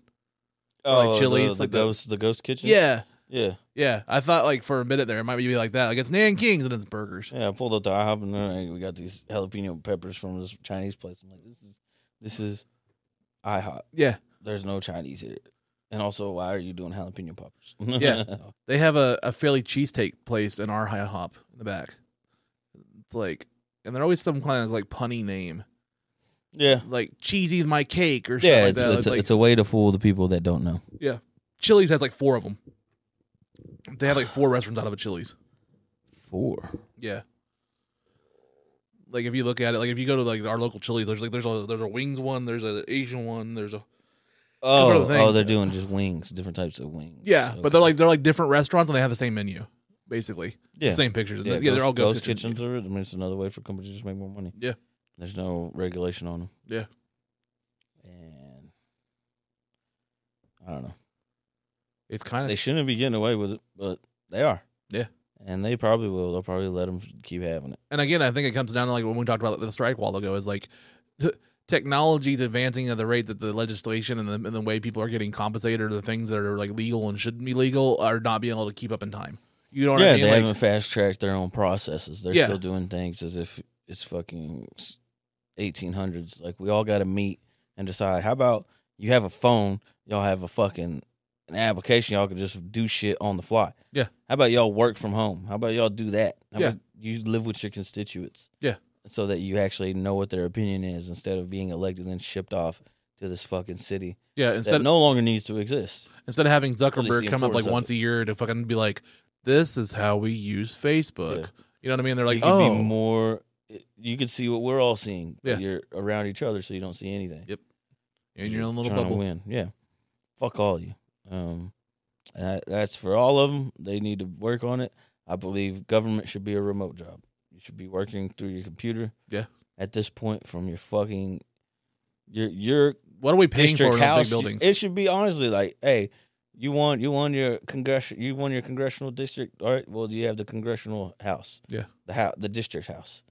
S2: Like Chili's,
S1: Oh, the, the
S2: like the-
S1: ghost, the ghost kitchen.
S2: Yeah,
S1: yeah,
S2: yeah. I thought like for a minute there, it might be like that. Like it's Nan King's and it's burgers.
S1: yeah. I pulled up the IHOP and they're like, we got these jalapeno peppers from this Chinese place. I'm like, this is this is IHOP.
S2: Yeah.
S1: There's no Chinese here. And also, why are you doing jalapeno poppers?
S2: Yeah. They have a, a Philly cheesesteak place in our IHOP in the back. It's like, and they're always some kind of like punny name,
S1: yeah,
S2: like cheesy is my cake or
S1: yeah.
S2: something
S1: It's
S2: like that.
S1: it's,
S2: It's
S1: a,
S2: like,
S1: it's a way to fool the people that don't know.
S2: Chili's has like four of them. They have like four restaurants out of a Chili's.
S1: Four.
S2: Yeah. Like if you look at it, like if you go to like our local Chili's, there's like there's a there's a wings one, there's a Asian one, there's a
S1: Oh,
S2: Different things.
S1: oh, they're doing just wings, different types of wings.
S2: yeah,
S1: Okay.
S2: but they're like they're like different restaurants and they have the same menu, basically
S1: yeah,
S2: same pictures. Yeah,
S1: yeah,
S2: they're all ghost, kitchens.
S1: kitchens. are- I mean, it's another way for companies to just make more money.
S2: Yeah.
S1: there's no regulation on them.
S2: Yeah.
S1: and I don't know.
S2: It's kind
S1: They
S2: of
S1: shouldn't be getting away with it, but they are.
S2: Yeah.
S1: and they probably will. They'll probably let them keep having it.
S2: and again, I think it comes down to like when we talked about the strike while ago is like technology's advancing at the rate that the legislation and the, and the way people are getting compensated or the things that are like legal and shouldn't be legal are not being able to keep up in time. You know what
S1: yeah,
S2: I mean?
S1: they
S2: Like,
S1: haven't fast tracked their own processes. They're
S2: Yeah.
S1: still doing things as if it's fucking eighteen hundreds. Like we all got to meet and decide. How about you have a phone? Y'all have a fucking an application, y'all could just do shit on the fly.
S2: Yeah.
S1: How about y'all work from home? How about y'all do that? How
S2: Yeah.
S1: about you live with your constituents.
S2: Yeah.
S1: So that you actually know what their opinion is instead of being elected and shipped off to this fucking city
S2: Yeah,
S1: that
S2: instead
S1: no longer needs to exist.
S2: instead of having Zuckerberg
S1: the
S2: come up like
S1: importance of
S2: once a year to fucking be like, "This is how we use Facebook."
S1: Yeah.
S2: You know what I mean? They're
S1: you
S2: like,
S1: could
S2: "Oh,
S1: be more. eh, You could see what we're all seeing. but
S2: Yeah.
S1: You're around each other, so you don't see anything.
S2: Yep. you're in your own little
S1: trying to
S2: bubble."
S1: win. Yeah. Fuck all you. Um, and that, that's for all of them. They need to work on it. I believe government should be a remote job. You should be working through your computer.
S2: Yeah.
S1: At this point, from your fucking your your
S2: What are we paying for
S1: district
S2: in all the
S1: house,
S2: big buildings?
S1: it should be honestly like, hey, you want you won your congress you won your congressional district. All right, well, you have the congressional house.
S2: Yeah.
S1: The house, the district house.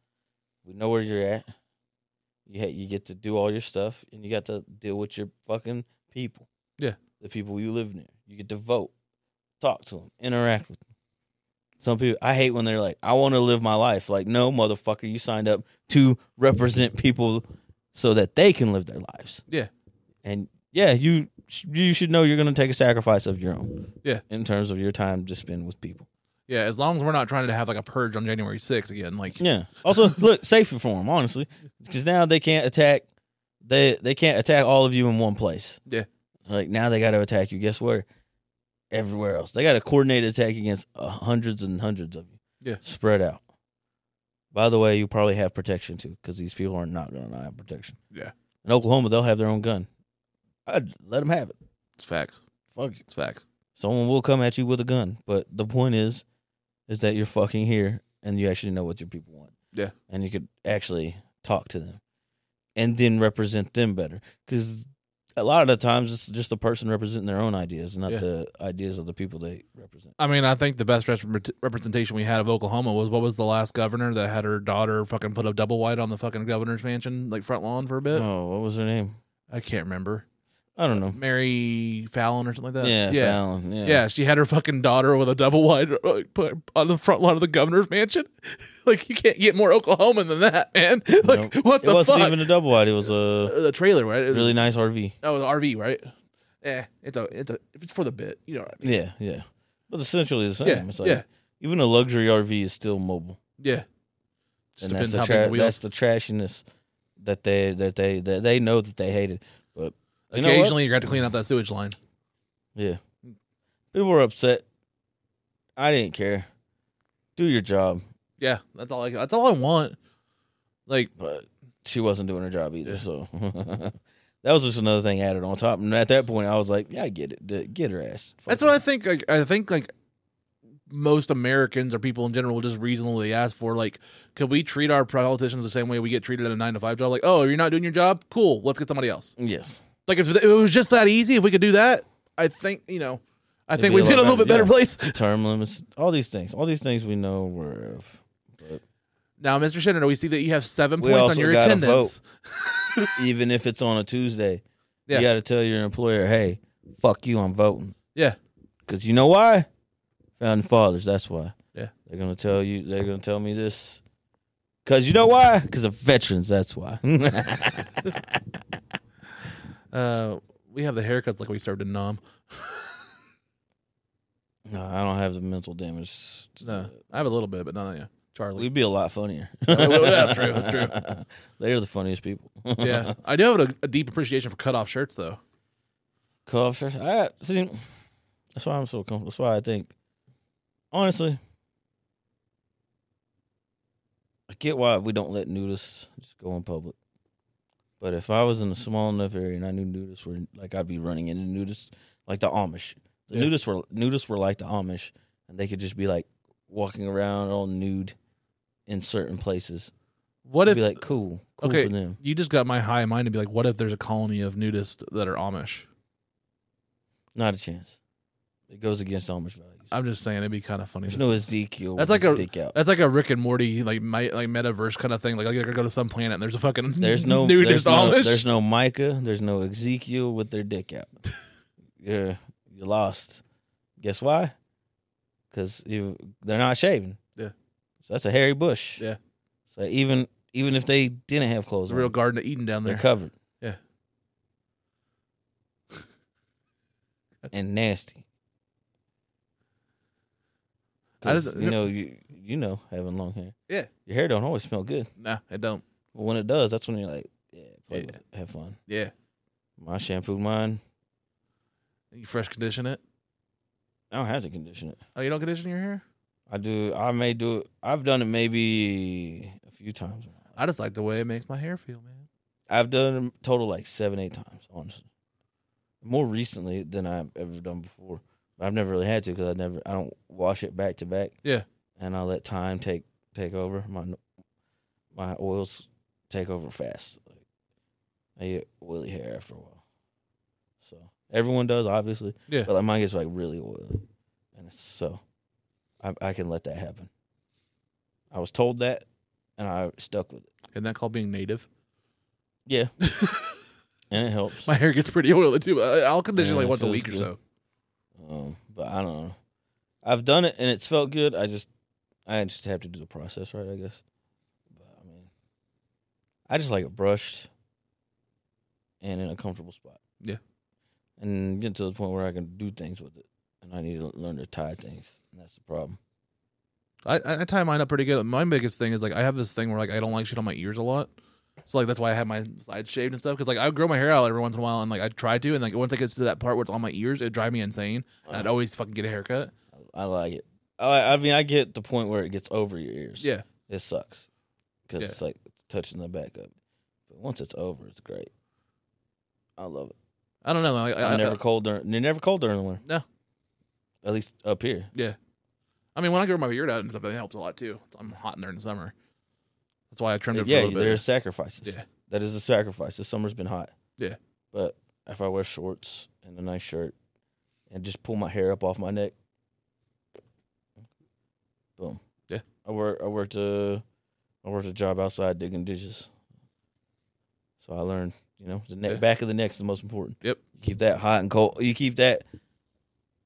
S1: We know where you're at. You ha- you get to do all your stuff, and you got to deal with your fucking people.
S2: Yeah.
S1: The people you live near. You get to vote, talk to them, interact with them. Some people, I hate when they're like, I want to live my life. Like, no, motherfucker, you signed up to represent people so that they can live their lives.
S2: Yeah.
S1: And yeah, you sh- you should know you're going to take a sacrifice of your own.
S2: Yeah.
S1: In terms of your time to spend with people.
S2: yeah, as long as we're not trying to have like a purge on January 6th again, like
S1: Yeah. Also, look, safer for them, honestly, because now they can't attack. They they can't attack all of you in one place.
S2: Yeah.
S1: Like now they got to attack you. Guess where? Everywhere else, they got to coordinate attack against uh, hundreds and hundreds of you.
S2: Yeah.
S1: Spread out. By the way, you probably have protection too, because these people are not going to have protection.
S2: Yeah.
S1: In Oklahoma, they'll have their own gun. I'd let them have it.
S2: it's facts.
S1: Fuck it.
S2: It's facts.
S1: Someone will come at you with a gun, but the point is, is that you're fucking here and you actually know what your people want.
S2: Yeah.
S1: and you could actually talk to them, and then represent them better. Because a lot of the times, it's just the person representing their own ideas, not
S2: Yeah.
S1: the ideas of the people they represent.
S2: I mean, I think the best repre- representation we had of Oklahoma was what was the last governor that had her daughter fucking put a double white on the fucking governor's mansion, like front lawn for a bit?
S1: oh, what was her name?
S2: I can't remember.
S1: I don't know.
S2: Mary Fallon or something like that.
S1: yeah,
S2: yeah.
S1: Fallon. Yeah.
S2: uh, Yeah, she had her fucking daughter with a double wide uh, put on the front lawn of the governor's mansion. Like you can't get more Oklahoman than that, man. Like
S1: Nope.
S2: what
S1: It
S2: the
S1: wasn't
S2: fuck?
S1: even a double wide. It was a
S2: Uh, the trailer, right? It was,
S1: really nice RV.
S2: that was RV, right? Yeah, it's a it's a it's for the bit. You know what I mean?
S1: Yeah, yeah. But essentially the same.
S2: Yeah,
S1: it's like
S2: yeah.
S1: even a luxury RV is still mobile.
S2: Yeah. Just
S1: and that's
S2: depends
S1: the,
S2: how big
S1: tra-
S2: the
S1: that's
S2: wheels.
S1: the trashiness that they that they that they know that they hated. But you know what?
S2: Occasionally, you're gonna have to clean out that sewage line.
S1: yeah, people were upset. I didn't care. Do your job,
S2: Yeah, that's all. I that's all I want. Like
S1: but she wasn't doing her job either. So that was just another thing added on top. And at that point, I was like, yeah, I get it. D- Get her ass. Fuck
S2: that's
S1: it.
S2: what I think. Like, I think like most Americans or people in general just reasonably ask for like, could we treat our politicians the same way we get treated at a nine to five job? Like, oh, you're not doing your job. Cool, let's get somebody else.
S1: Yes.
S2: Like if, it was just that easy, if we could do that, I think you know, I think
S1: be
S2: we'd
S1: a
S2: be in a
S1: lot
S2: little bit
S1: better,
S2: better
S1: yeah.
S2: place.
S1: Term limits. All these things. All these things we know were of. But
S2: Now, Mr. Shinner, we see that you have seven
S1: We
S2: points on
S1: also
S2: your
S1: gotta
S2: attendance.
S1: even if it's on a Tuesday,
S2: Yeah.
S1: you got to tell your employer, hey, fuck you, I'm voting.
S2: Yeah,
S1: Because you know why? Founding fathers. That's why.
S2: Yeah.
S1: They're gonna tell you. They're gonna tell me this. Cause you know why? Cause of veterans. That's why.
S2: uh, we have the haircuts like we served in Nam.
S1: no, I don't have the mental damage. to
S2: No,
S1: that.
S2: I have a little bit, but not yeah, Charlie.
S1: We'd be a lot funnier.
S2: well, that's true, that's true.
S1: They're the funniest people.
S2: yeah, I do have a, a deep appreciation for cutoff shirts, though.
S1: Cuff shirts. I see. That's why I'm so comfortable. That's why I think. Honestly, I get why we don't let nudists just go in public. But if I was in a small enough area and I knew nudists were like, I'd be running into nudists like the Amish. The
S2: Yeah.
S1: nudists were nudists were like the Amish, and they could just be like walking around all nude in certain places.
S2: What
S1: I'd
S2: if
S1: be like, cool, cool
S2: okay.
S1: for them.
S2: you just got my high mind to be like, what if there's a colony of nudists that are Amish?
S1: Not a chance. It goes against Amish values.
S2: I'm just saying it'd be kind of funny.
S1: There's
S2: to
S1: no Ezekiel.
S2: That's
S1: with
S2: like
S1: his
S2: a-
S1: dick out.
S2: That's like a Rick and Morty like my, like metaverse kind of thing. Like I gotta go to some planet and there's a fucking
S1: There's no there's
S2: nudist Amish.
S1: no there's no Micah, there's no Ezekiel with their dick out. you're you're lost. Guess why? Because they're not shaving.
S2: Yeah.
S1: So that's a hairy bush.
S2: Yeah.
S1: So even even if they didn't have clothes,
S2: It's a real
S1: on,
S2: Garden of Eden down
S1: they're
S2: there.
S1: covered. and nasty.
S2: I just-
S1: 'Cause, you know you you know having long hair.
S2: Yeah.
S1: your hair don't always smell good.
S2: Nah, I don't.
S1: But when it does, that's when you're like, yeah, play
S2: Yeah.
S1: with it, have fun.
S2: Yeah.
S1: My shampoo, mine.
S2: You fresh condition it?
S1: I don't have to condition it.
S2: Oh, you don't condition your hair?
S1: I do. I may do it. I've done it maybe a few times.
S2: I just like the way it makes my hair feel, man.
S1: I've done it total like seven, eight times, honestly. More recently than I've ever done before. But I've never really had to because I never. I don't wash it back to back.
S2: Yeah.
S1: And I let time take take over. My my oils take over fast. Like, I get oily hair after a while. So everyone does, obviously.
S2: Yeah.
S1: But like mine gets like really oily, and it's, so I, I can let that happen. I was told that, and I stuck with it.
S2: Isn't that called being native?
S1: Yeah, and it helps.
S2: My hair gets pretty oily too. but I- I'll condition
S1: Yeah,
S2: like
S1: it
S2: once a
S1: feels
S2: week or
S1: good.
S2: so.
S1: Um, but I don't know. I've done it, and it's felt good. I just I just have to do the process right, I guess. But I mean, I just like it brushed and in a comfortable spot.
S2: Yeah.
S1: and get to the point where I can do things with it, and I need to learn to tie things, and that's the problem.
S2: I, I I tie mine up pretty good. My biggest thing is like I have this thing where like I don't like shit on my ears a lot. So like that's why I have my sides shaved and stuff because like I grow my hair out every once in a while and like I try to and like once it gets to that part where it's on my ears it drive me insane and I'd always fucking get a haircut.
S1: I, I like it. I, I mean, I get the point where it gets over your ears.
S2: Yeah,
S1: it sucks because
S2: Yeah.
S1: it's like it's touching the back of it. But once it's over, it's great. I love it.
S2: I don't know. Like, I,
S1: You're
S2: I,
S1: never cold during. You're never cold during the winter.
S2: No.
S1: At least up here.
S2: I mean when I grow my beard out and stuff that helps a lot too. I'm hot during the summer. That's why I trimmed it. For a
S1: yeah,
S2: little
S1: there are
S2: bit.
S1: sacrifices.
S2: Yeah.
S1: That is a sacrifice. This summer's been hot.
S2: Yeah.
S1: But if I wear shorts and a nice shirt and just pull my hair up off my neck, boom.
S2: Yeah.
S1: I work. I worked a. I worked a job outside digging ditches. So I learned, you know, the neck,
S2: Yeah.
S1: back of the neck's the most important.
S2: Yep.
S1: You keep that hot and cold. You keep that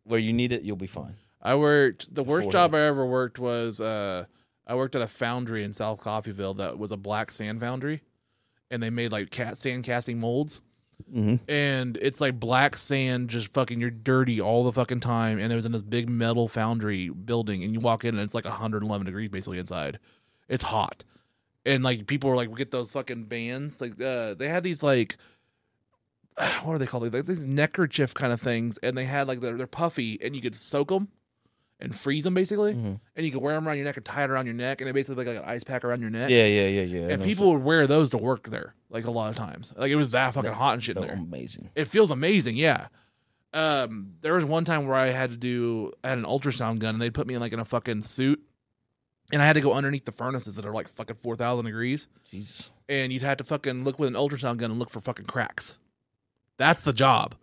S1: where you need it. You'll be fine.
S2: I worked the worst
S1: Before
S2: job I ever worked was uh I worked at a foundry in South Coffeeville that was a black sand foundry and they made like cat sand casting molds
S1: Mm-hmm.
S2: and it's like black sand just fucking you're dirty all the fucking time and it was in this big metal foundry building and you walk in and it's like 111 degrees basically inside. It's hot. And like people were like we get those fucking bands like uh they had these like what are they called? Like these neckerchief kind of things, and they had like they're, they're puffy, and you could soak them and freeze them basically,
S1: Mhm.
S2: and you could wear them around your neck and tie it around your neck, and it basically like, like an ice pack around your neck.
S1: Yeah, yeah, yeah, yeah. I
S2: And
S1: know
S2: people would wear those to work there, like a lot of times. Like it was that fucking hot and shit in
S1: felt
S2: there.
S1: amazing.
S2: It feels amazing, yeah. Um, there was one time where I had to do I had an ultrasound gun, and they put me in like in a fucking suit, and I had to go underneath the furnaces that are like fucking four thousand degrees
S1: Jesus.
S2: and you'd have to fucking look with an ultrasound gun and look for fucking cracks. That's the job.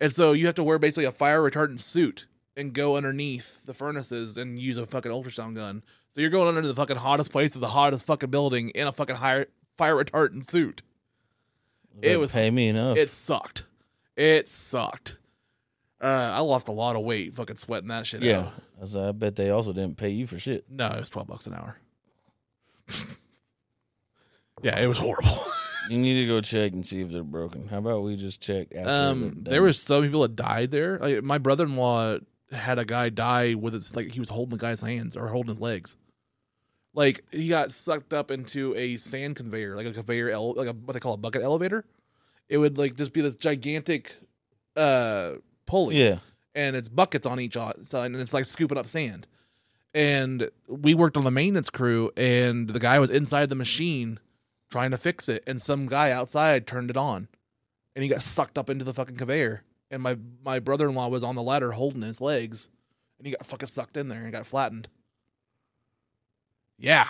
S2: And so you have to wear basically a fire retardant suit and go underneath the furnaces and use a fucking ultrasound gun. So you're going under the fucking hottest place of the hottest fucking building in a fucking high, fire retardant suit.
S1: They
S2: was-
S1: pay me enough.
S2: It sucked. It sucked. Uh, I lost a lot of weight fucking sweating that shit
S1: yeah.
S2: out.
S1: I, was like, I bet they also didn't pay you for shit.
S2: No, it was 12 bucks an hour. yeah, it was horrible.
S1: You need to go check and see if they're broken. How about we just check? After they're
S2: Um,
S1: done?
S2: there was some people that died there. Like, my brother-in-law had a guy die with his like he was holding the guy's hands or holding his legs. Like he got sucked up into a sand conveyor, like a conveyor, ele- like a, what they call a bucket elevator. It would like just be this gigantic uh pulley,
S1: yeah.
S2: and it's buckets on each o- side, and it's like scooping up sand. And we worked on the maintenance crew, and the guy was inside the machine trying to fix it, and some guy outside turned it on, and he got sucked up into the fucking conveyor. And my my brother in law was on the ladder holding his legs, and he got fucking sucked in there and got flattened. Yeah,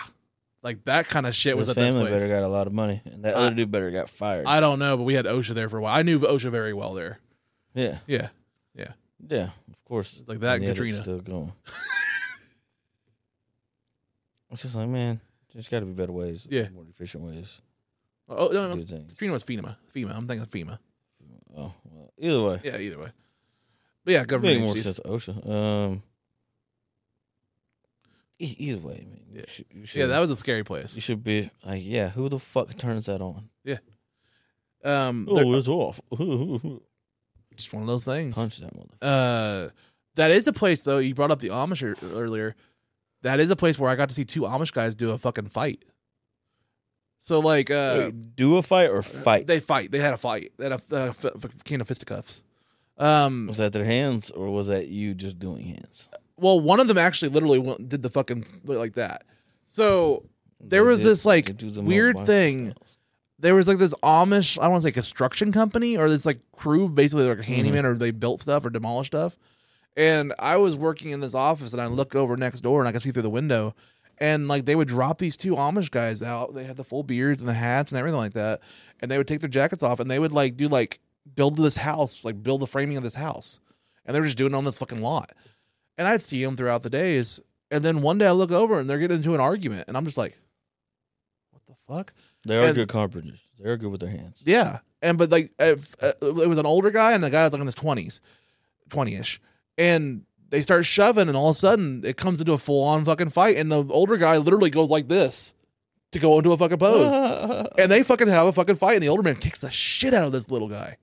S2: like that kind of shit was
S1: His
S2: at this
S1: family
S2: place.
S1: better got a lot of money, and that
S2: I-
S1: other dude better got fired.
S2: I don't know, but we had OSHA there for a while. I knew OSHA very well there.
S1: yeah,
S2: Yeah,
S1: yeah, of course.
S2: It's like that,
S1: And yet it's
S2: Katrina.
S1: still going. it's just like, man, there's got to be better ways.
S2: Yeah.
S1: more efficient ways
S2: Oh
S1: to
S2: no, no,
S1: do things.
S2: Katrina was FEMA. FEMA. I'm thinking of FEMA.
S1: Oh, well, either way,
S2: Yeah, either way. But yeah, government
S1: Make more
S2: agencies.
S1: sense, OSHA. Um, e- either way, man. you
S2: Yeah.
S1: should- you
S2: Yeah,
S1: should-
S2: that was a scary place.
S1: You should be like, yeah, who the fuck turns that on?
S2: Um, there-
S1: Oh, it's off.
S2: just one of those things.
S1: Punch that mother.
S2: Uh, that is a place though. You brought up the Amish ear- earlier. That is a place where I got to see two Amish guys do a fucking fight. So like, uh,
S1: Wait, do a fight or fight?
S2: they fight. They had a fight. They had a, a, f- f- can of fisticuffs. Um,
S1: was that their hands or was that you just doing hands?
S2: well, one of them actually literally went, did the fucking like that. So There
S1: They
S2: was
S1: did-
S2: this, like,
S1: they do them
S2: weird
S1: Mobile
S2: thing.
S1: styles.
S2: there was like this Amish, I don't want to say construction company or this like crew, basically like a handyman or they built stuff or demolished stuff. And I was working in this office and I look over next door and I could see through the window. And like they would drop these two Amish guys out. They had the full beards and the hats and everything like that. And they would take their jackets off and they would like do like build this house, like build the framing of this house. And they were just doing it on this fucking lot. And I'd see them throughout the days. And then one day I look over and they're getting into an argument. And I'm just like, what the fuck?
S1: They are
S2: and-
S1: good carpenters. They are good with their hands.
S2: Yeah, and but like if, uh, it was an older guy and the guy was like in his twenties, twenty ish, and they start shoving, and all of a sudden it comes into a full on fucking fight, and the older guy literally goes like this to go into a fucking pose,
S1: Uh-huh.
S2: and they fucking have a fucking fight, and the older man kicks the shit out of this little guy,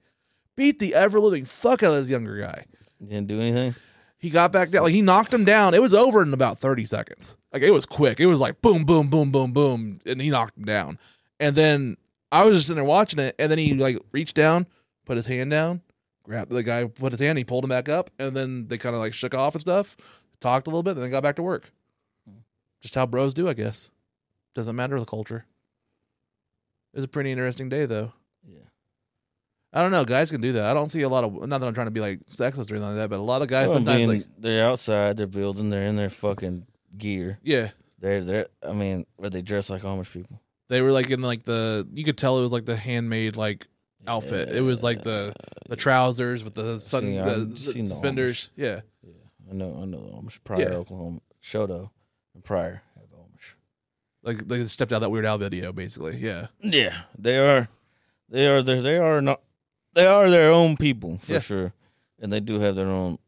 S2: beat the ever living fuck out of this younger guy.
S1: Didn't do anything.
S2: He got back down, like he knocked him down. It was over in about thirty seconds. Like it was quick. It was like boom, boom, boom, boom, boom, and he knocked him down. And then I was just sitting there watching it, and then he like reached down, put his hand down, grabbed the guy, put his hand, he pulled him back up, and then they kind of like shook off and stuff, talked a little bit, and then got back to work. Just how bros do, I guess. Doesn't matter the culture. It was a pretty interesting day though.
S1: Yeah.
S2: I don't know. Guys can do that. I don't see a lot of. Not that I'm trying to be like sexist or anything like that, but a lot of guys
S1: Well,
S2: sometimes
S1: being-
S2: like
S1: they're outside, they're building, they're in their fucking gear.
S2: yeah.
S1: They're they're I mean, but they dress like Amish people.
S2: They were like in like the you could tell it was like the handmade like outfit. It was like the the trousers with the sun
S1: seen-
S2: the,
S1: I've
S2: the
S1: seen the
S2: suspenders. yeah.
S1: I know I know the Amish. Prior
S2: Yeah.
S1: Oklahoma Shoto and Prior have Amish.
S2: Like they stepped out that weird owl video basically. Yeah.
S1: Yeah. They are they are their they are not they are their own people for
S2: Yeah.
S1: sure. And they do have their own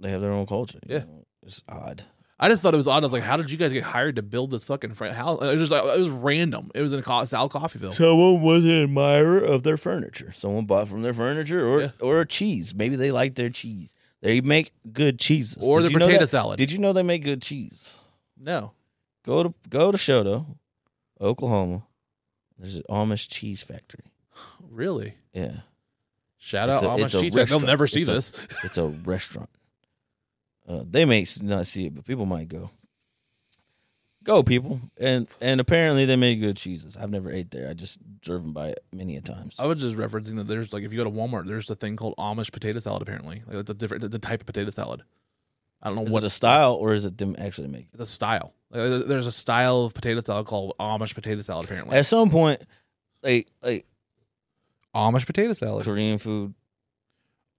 S1: they have their own culture. you
S2: Yeah.
S1: know. It's odd.
S2: I just thought it was odd. I was like, how did you guys get hired to build this fucking fr- house? It was just like, it was random. It was in Co- South Coffeeville.
S1: Someone was an admirer of their furniture. Someone bought from their furniture or
S2: Yeah.
S1: or a cheese. Maybe they like their cheese. They make good cheeses.
S2: Or
S1: Did
S2: the
S1: you know
S2: potato
S1: that?
S2: salad.
S1: Did you know they make good cheese?
S2: no.
S1: Go to go to Shoto, Oklahoma. There's an Amish cheese factory.
S2: Really?
S1: Yeah,
S2: Shout
S1: It's
S2: out
S1: a-
S2: Amish
S1: it's a
S2: Cheese Factory. They'll
S1: restaurant.
S2: never see
S1: It's a-
S2: this.
S1: it's a restaurant. Uh, they may s- not see it, but people might go. Go people, and and apparently they make good cheeses. I've never ate there. I just driven by it many a times.
S2: I was just referencing that there's like if you go to Walmart, there's a thing called Amish potato salad. Apparently, like that's a different the type of potato salad. I don't know
S1: Is
S2: what
S1: it a style or is it them actually making?
S2: the style. Like, there- there's a style of potato salad called Amish potato salad. Apparently,
S1: At some point, like like
S2: Amish potato salad,
S1: Korean food,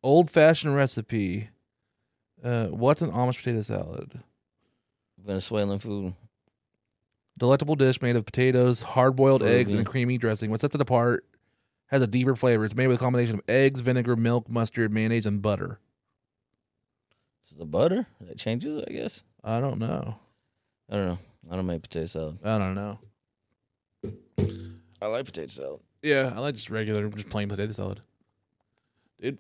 S2: old fashioned recipe. Uh, what's an Amish potato salad?
S1: Venezuelan food.
S2: Delectable dish made of potatoes, hard boiled eggs, and a
S1: Gravy.
S2: creamy dressing. What sets it apart has a deeper flavor. It's made with a combination of eggs, vinegar, milk, mustard, mayonnaise, and butter.
S1: Is the butter that changes? it, I guess.
S2: I don't know.
S1: I don't know. I don't make potato salad.
S2: I don't know.
S1: I like potato salad.
S2: Yeah, I like just regular, just plain potato salad. Dude,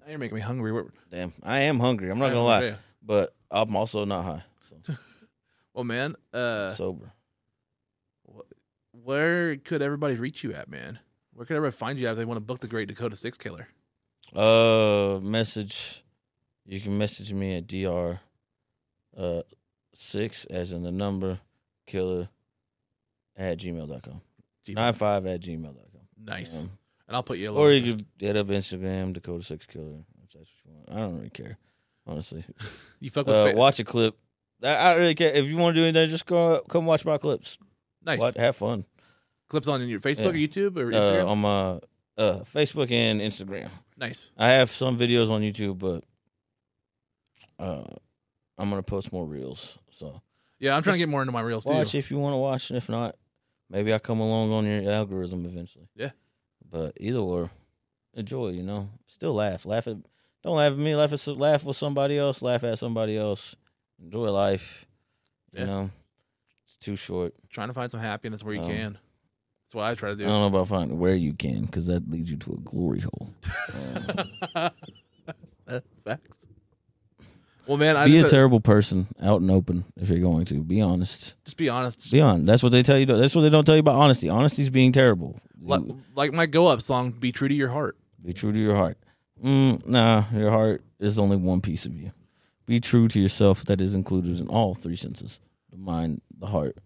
S2: now you're making me hungry. We're,
S1: Damn, I am hungry. I'm not gonna lie, but I'm also not high, so
S2: Well, man, uh,
S1: sober.
S2: where could everybody reach you at, man? Where could everybody find you at if they want to book the Great Dakota Six Killer?
S1: Uh, message. You can message me at dr. Uh, six as in the number killer at gmail.com.
S2: Gmail.
S1: Nine five at gmail.com.
S2: Nice.
S1: Um,
S2: and I'll put you. a
S1: Or
S2: little-
S1: you could hit up Instagram, Dakota Six Killer, if that's what you want. I don't really care, honestly.
S2: you fuck with
S1: Uh,
S2: fa-
S1: watch a clip. I, I don't really care. If you want to do anything, just go come watch my clips.
S2: nice
S1: Watch- have fun.
S2: clips on your Facebook or
S1: Yeah.
S2: YouTube or
S1: Uh,
S2: Instagram.
S1: on my uh, Facebook and Instagram.
S2: nice.
S1: I have some videos on YouTube, but uh, I'm gonna post more reels. So
S2: Yeah, I'm trying
S1: just
S2: to get more into my reels too.
S1: watch if you want to watch, and if not, maybe I'll come along on your algorithm eventually.
S2: Yeah.
S1: But either or, enjoy. You know, still laugh. Laugh at. Don't laugh at me. Laugh at some- laugh with somebody else. Laugh at somebody else. Enjoy life.
S2: Yeah.
S1: You know, it's too short.
S2: Trying to find some happiness where you
S1: Um,
S2: can, That's what I try to
S1: I
S2: do.
S1: don't know about finding where you can because that leads you to a glory hole. Uh,
S2: Uh, Facts. Well, man, I
S1: be a
S2: just, uh,
S1: terrible person out and open if you're going to. Be honest.
S2: just be honest.
S1: Be honest. That's what they tell you. to- That's what they don't tell you about honesty. Honesty's being terrible.
S2: Like,
S1: You-
S2: like my go up song, "Be True to Your Heart."
S1: Be true to your heart. Mm, nah, your heart is only one piece of you. Be true to yourself. That is included in all three senses: the mind, the heart,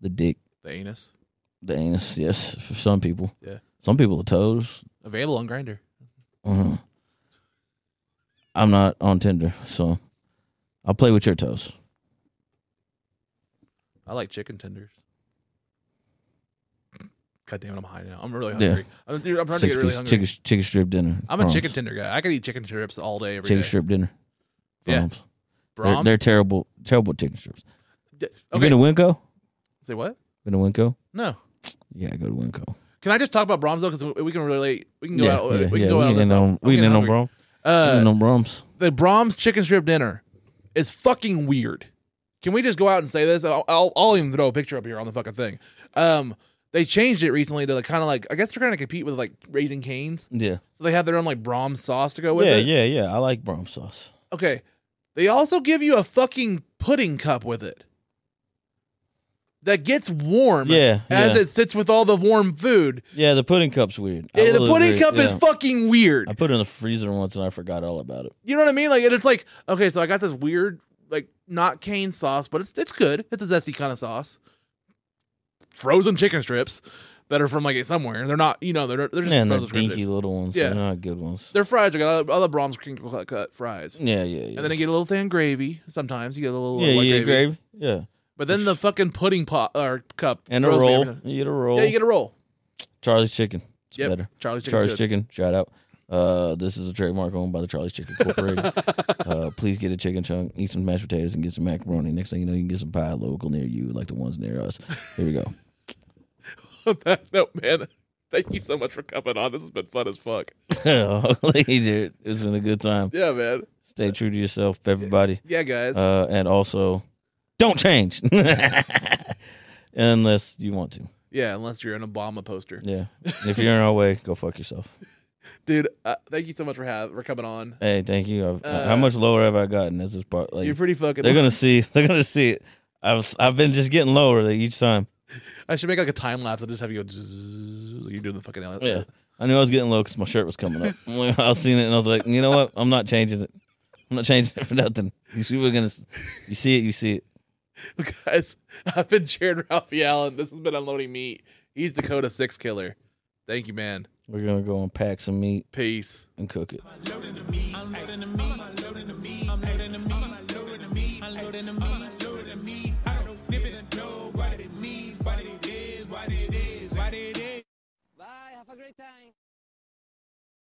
S1: the dick,
S2: The anus
S1: the anus. Yes, for some people.
S2: Yeah.
S1: Some people the toes.
S2: available on Grinder.
S1: Uh-huh. I'm not on Tinder, so I'll play with your toes.
S2: I like chicken tenders. God damn it, I'm high now. I'm really
S1: Yeah.
S2: hungry. I'm, dude, I'm trying to
S1: Six
S2: get really
S1: piece
S2: hungry.
S1: chicken chicken strip dinner.
S2: I'm a
S1: Proms.
S2: chicken tender guy. I could eat chicken strips all day every day.
S1: chicken strip dinner.
S2: Yeah.
S1: Proms. They're,
S2: Brahms?
S1: they're terrible, terrible chicken strips.
S2: D-
S1: You
S2: okay.
S1: been to Winco?
S2: Say what?
S1: Been to Winco?
S2: No.
S1: Yeah, go to Winco.
S2: Can I just talk about Brahms though? Because we can relate. We can go
S1: yeah,
S2: out. uh,
S1: yeah,
S2: we can
S1: yeah,
S2: go out
S1: we
S2: on
S1: can
S2: this.
S1: end on
S2: I'm
S1: we can
S2: getting
S1: end on
S2: hungry.
S1: Brom. We
S2: Uh,
S1: can end on Brahms.
S2: the Brahms chicken strip dinner is fucking weird. Can we just go out and say this? I'll, I'll, I'll even throw a picture up here on the fucking thing. Um, they changed it recently to like kind of like I guess they're trying to compete with like Raising Canes,
S1: Yeah,
S2: so they have their own like Brahms sauce to go with
S1: yeah,
S2: it.
S1: yeah, yeah. I like Brahms sauce.
S2: Okay, they also give you a fucking pudding cup with it that gets warm.
S1: Yeah,
S2: as
S1: yeah.
S2: it sits with all the warm food.
S1: Yeah, the pudding cup's weird. I
S2: Yeah, the
S1: will
S2: pudding
S1: agree,
S2: cup is
S1: yeah.
S2: fucking weird.
S1: I put it in the freezer once and I forgot all about it.
S2: You know what I mean? Like, and it's like, okay, so I got this weird, like, not cane sauce, but it's it's good. It's a zesty kind of sauce. Frozen chicken strips that are from like somewhere. They're not, you know, they're they're just
S1: Man, they're
S2: frozen chicken
S1: dinky
S2: strips.
S1: little ones.
S2: Yeah.
S1: They're not good ones.
S2: Their fries are good. I love, I love Brahms crinkle cut, cut fries.
S1: Yeah, yeah, yeah.
S2: And then you get a little thin gravy. Sometimes you get a little
S1: yeah,
S2: white
S1: yeah,
S2: gravy.
S1: gravy. Yeah,
S2: But then the fucking pudding pot or cup
S1: and a
S2: frozen
S1: roll.
S2: gravy.
S1: You get a roll.
S2: Yeah, you get a roll.
S1: Charlie's Chicken. It's
S2: Yep.
S1: better.
S2: Charlie's chicken's
S1: Charlie's
S2: good.
S1: Chicken. Shout out. Uh, this is a trademark owned by the Charlie's Chicken Corporation. uh, please get a chicken chunk, eat some mashed potatoes, and get some macaroni. Next thing you know, you can get some pie local near you, like the ones near us. Here we go.
S2: On that note, man, thank you so much for coming on. This has been fun as fuck.
S1: Hopefully, dude, it's been a good time.
S2: Yeah, man.
S1: Stay true to yourself, everybody,
S2: Yeah, guys.
S1: uh, and also don't change unless you want to.
S2: yeah, unless you're an Obama poster.
S1: Yeah, if you're in our way, go fuck yourself.
S2: dude. Uh, thank you so much for have for coming on.
S1: Hey, thank you. I've,
S2: Uh,
S1: how much lower have I gotten? That's this part. Like
S2: You're pretty fucking.
S1: they're gonna see. They're gonna see it. I've I've been just getting lower like, each time.
S2: I should make like a time lapse. I'll just have you go. zzzz, like you're doing the fucking.
S1: Yeah, I knew I was getting low because my shirt was coming up. I was seeing it and I was like, you know what? I'm not changing it. I'm not changing it for nothing. You see, we're gonna. s- You see it. You see it.
S2: guys. I've been Jared Ralphie Allen. This has been unloading meat. He's Dakota Six Killer. Thank you, man.
S1: We're gonna go and pack some meat
S2: Peace.
S1: and cook it.
S3: loading the meat. I'm loading the meat. I'm loading the meat. I'm loading the meat. I'm loading the meat. I'm loading the meat. I'm loading the meat. I don't even know what it means, what it is, what it is, what it is.
S4: Bye. Have a great time.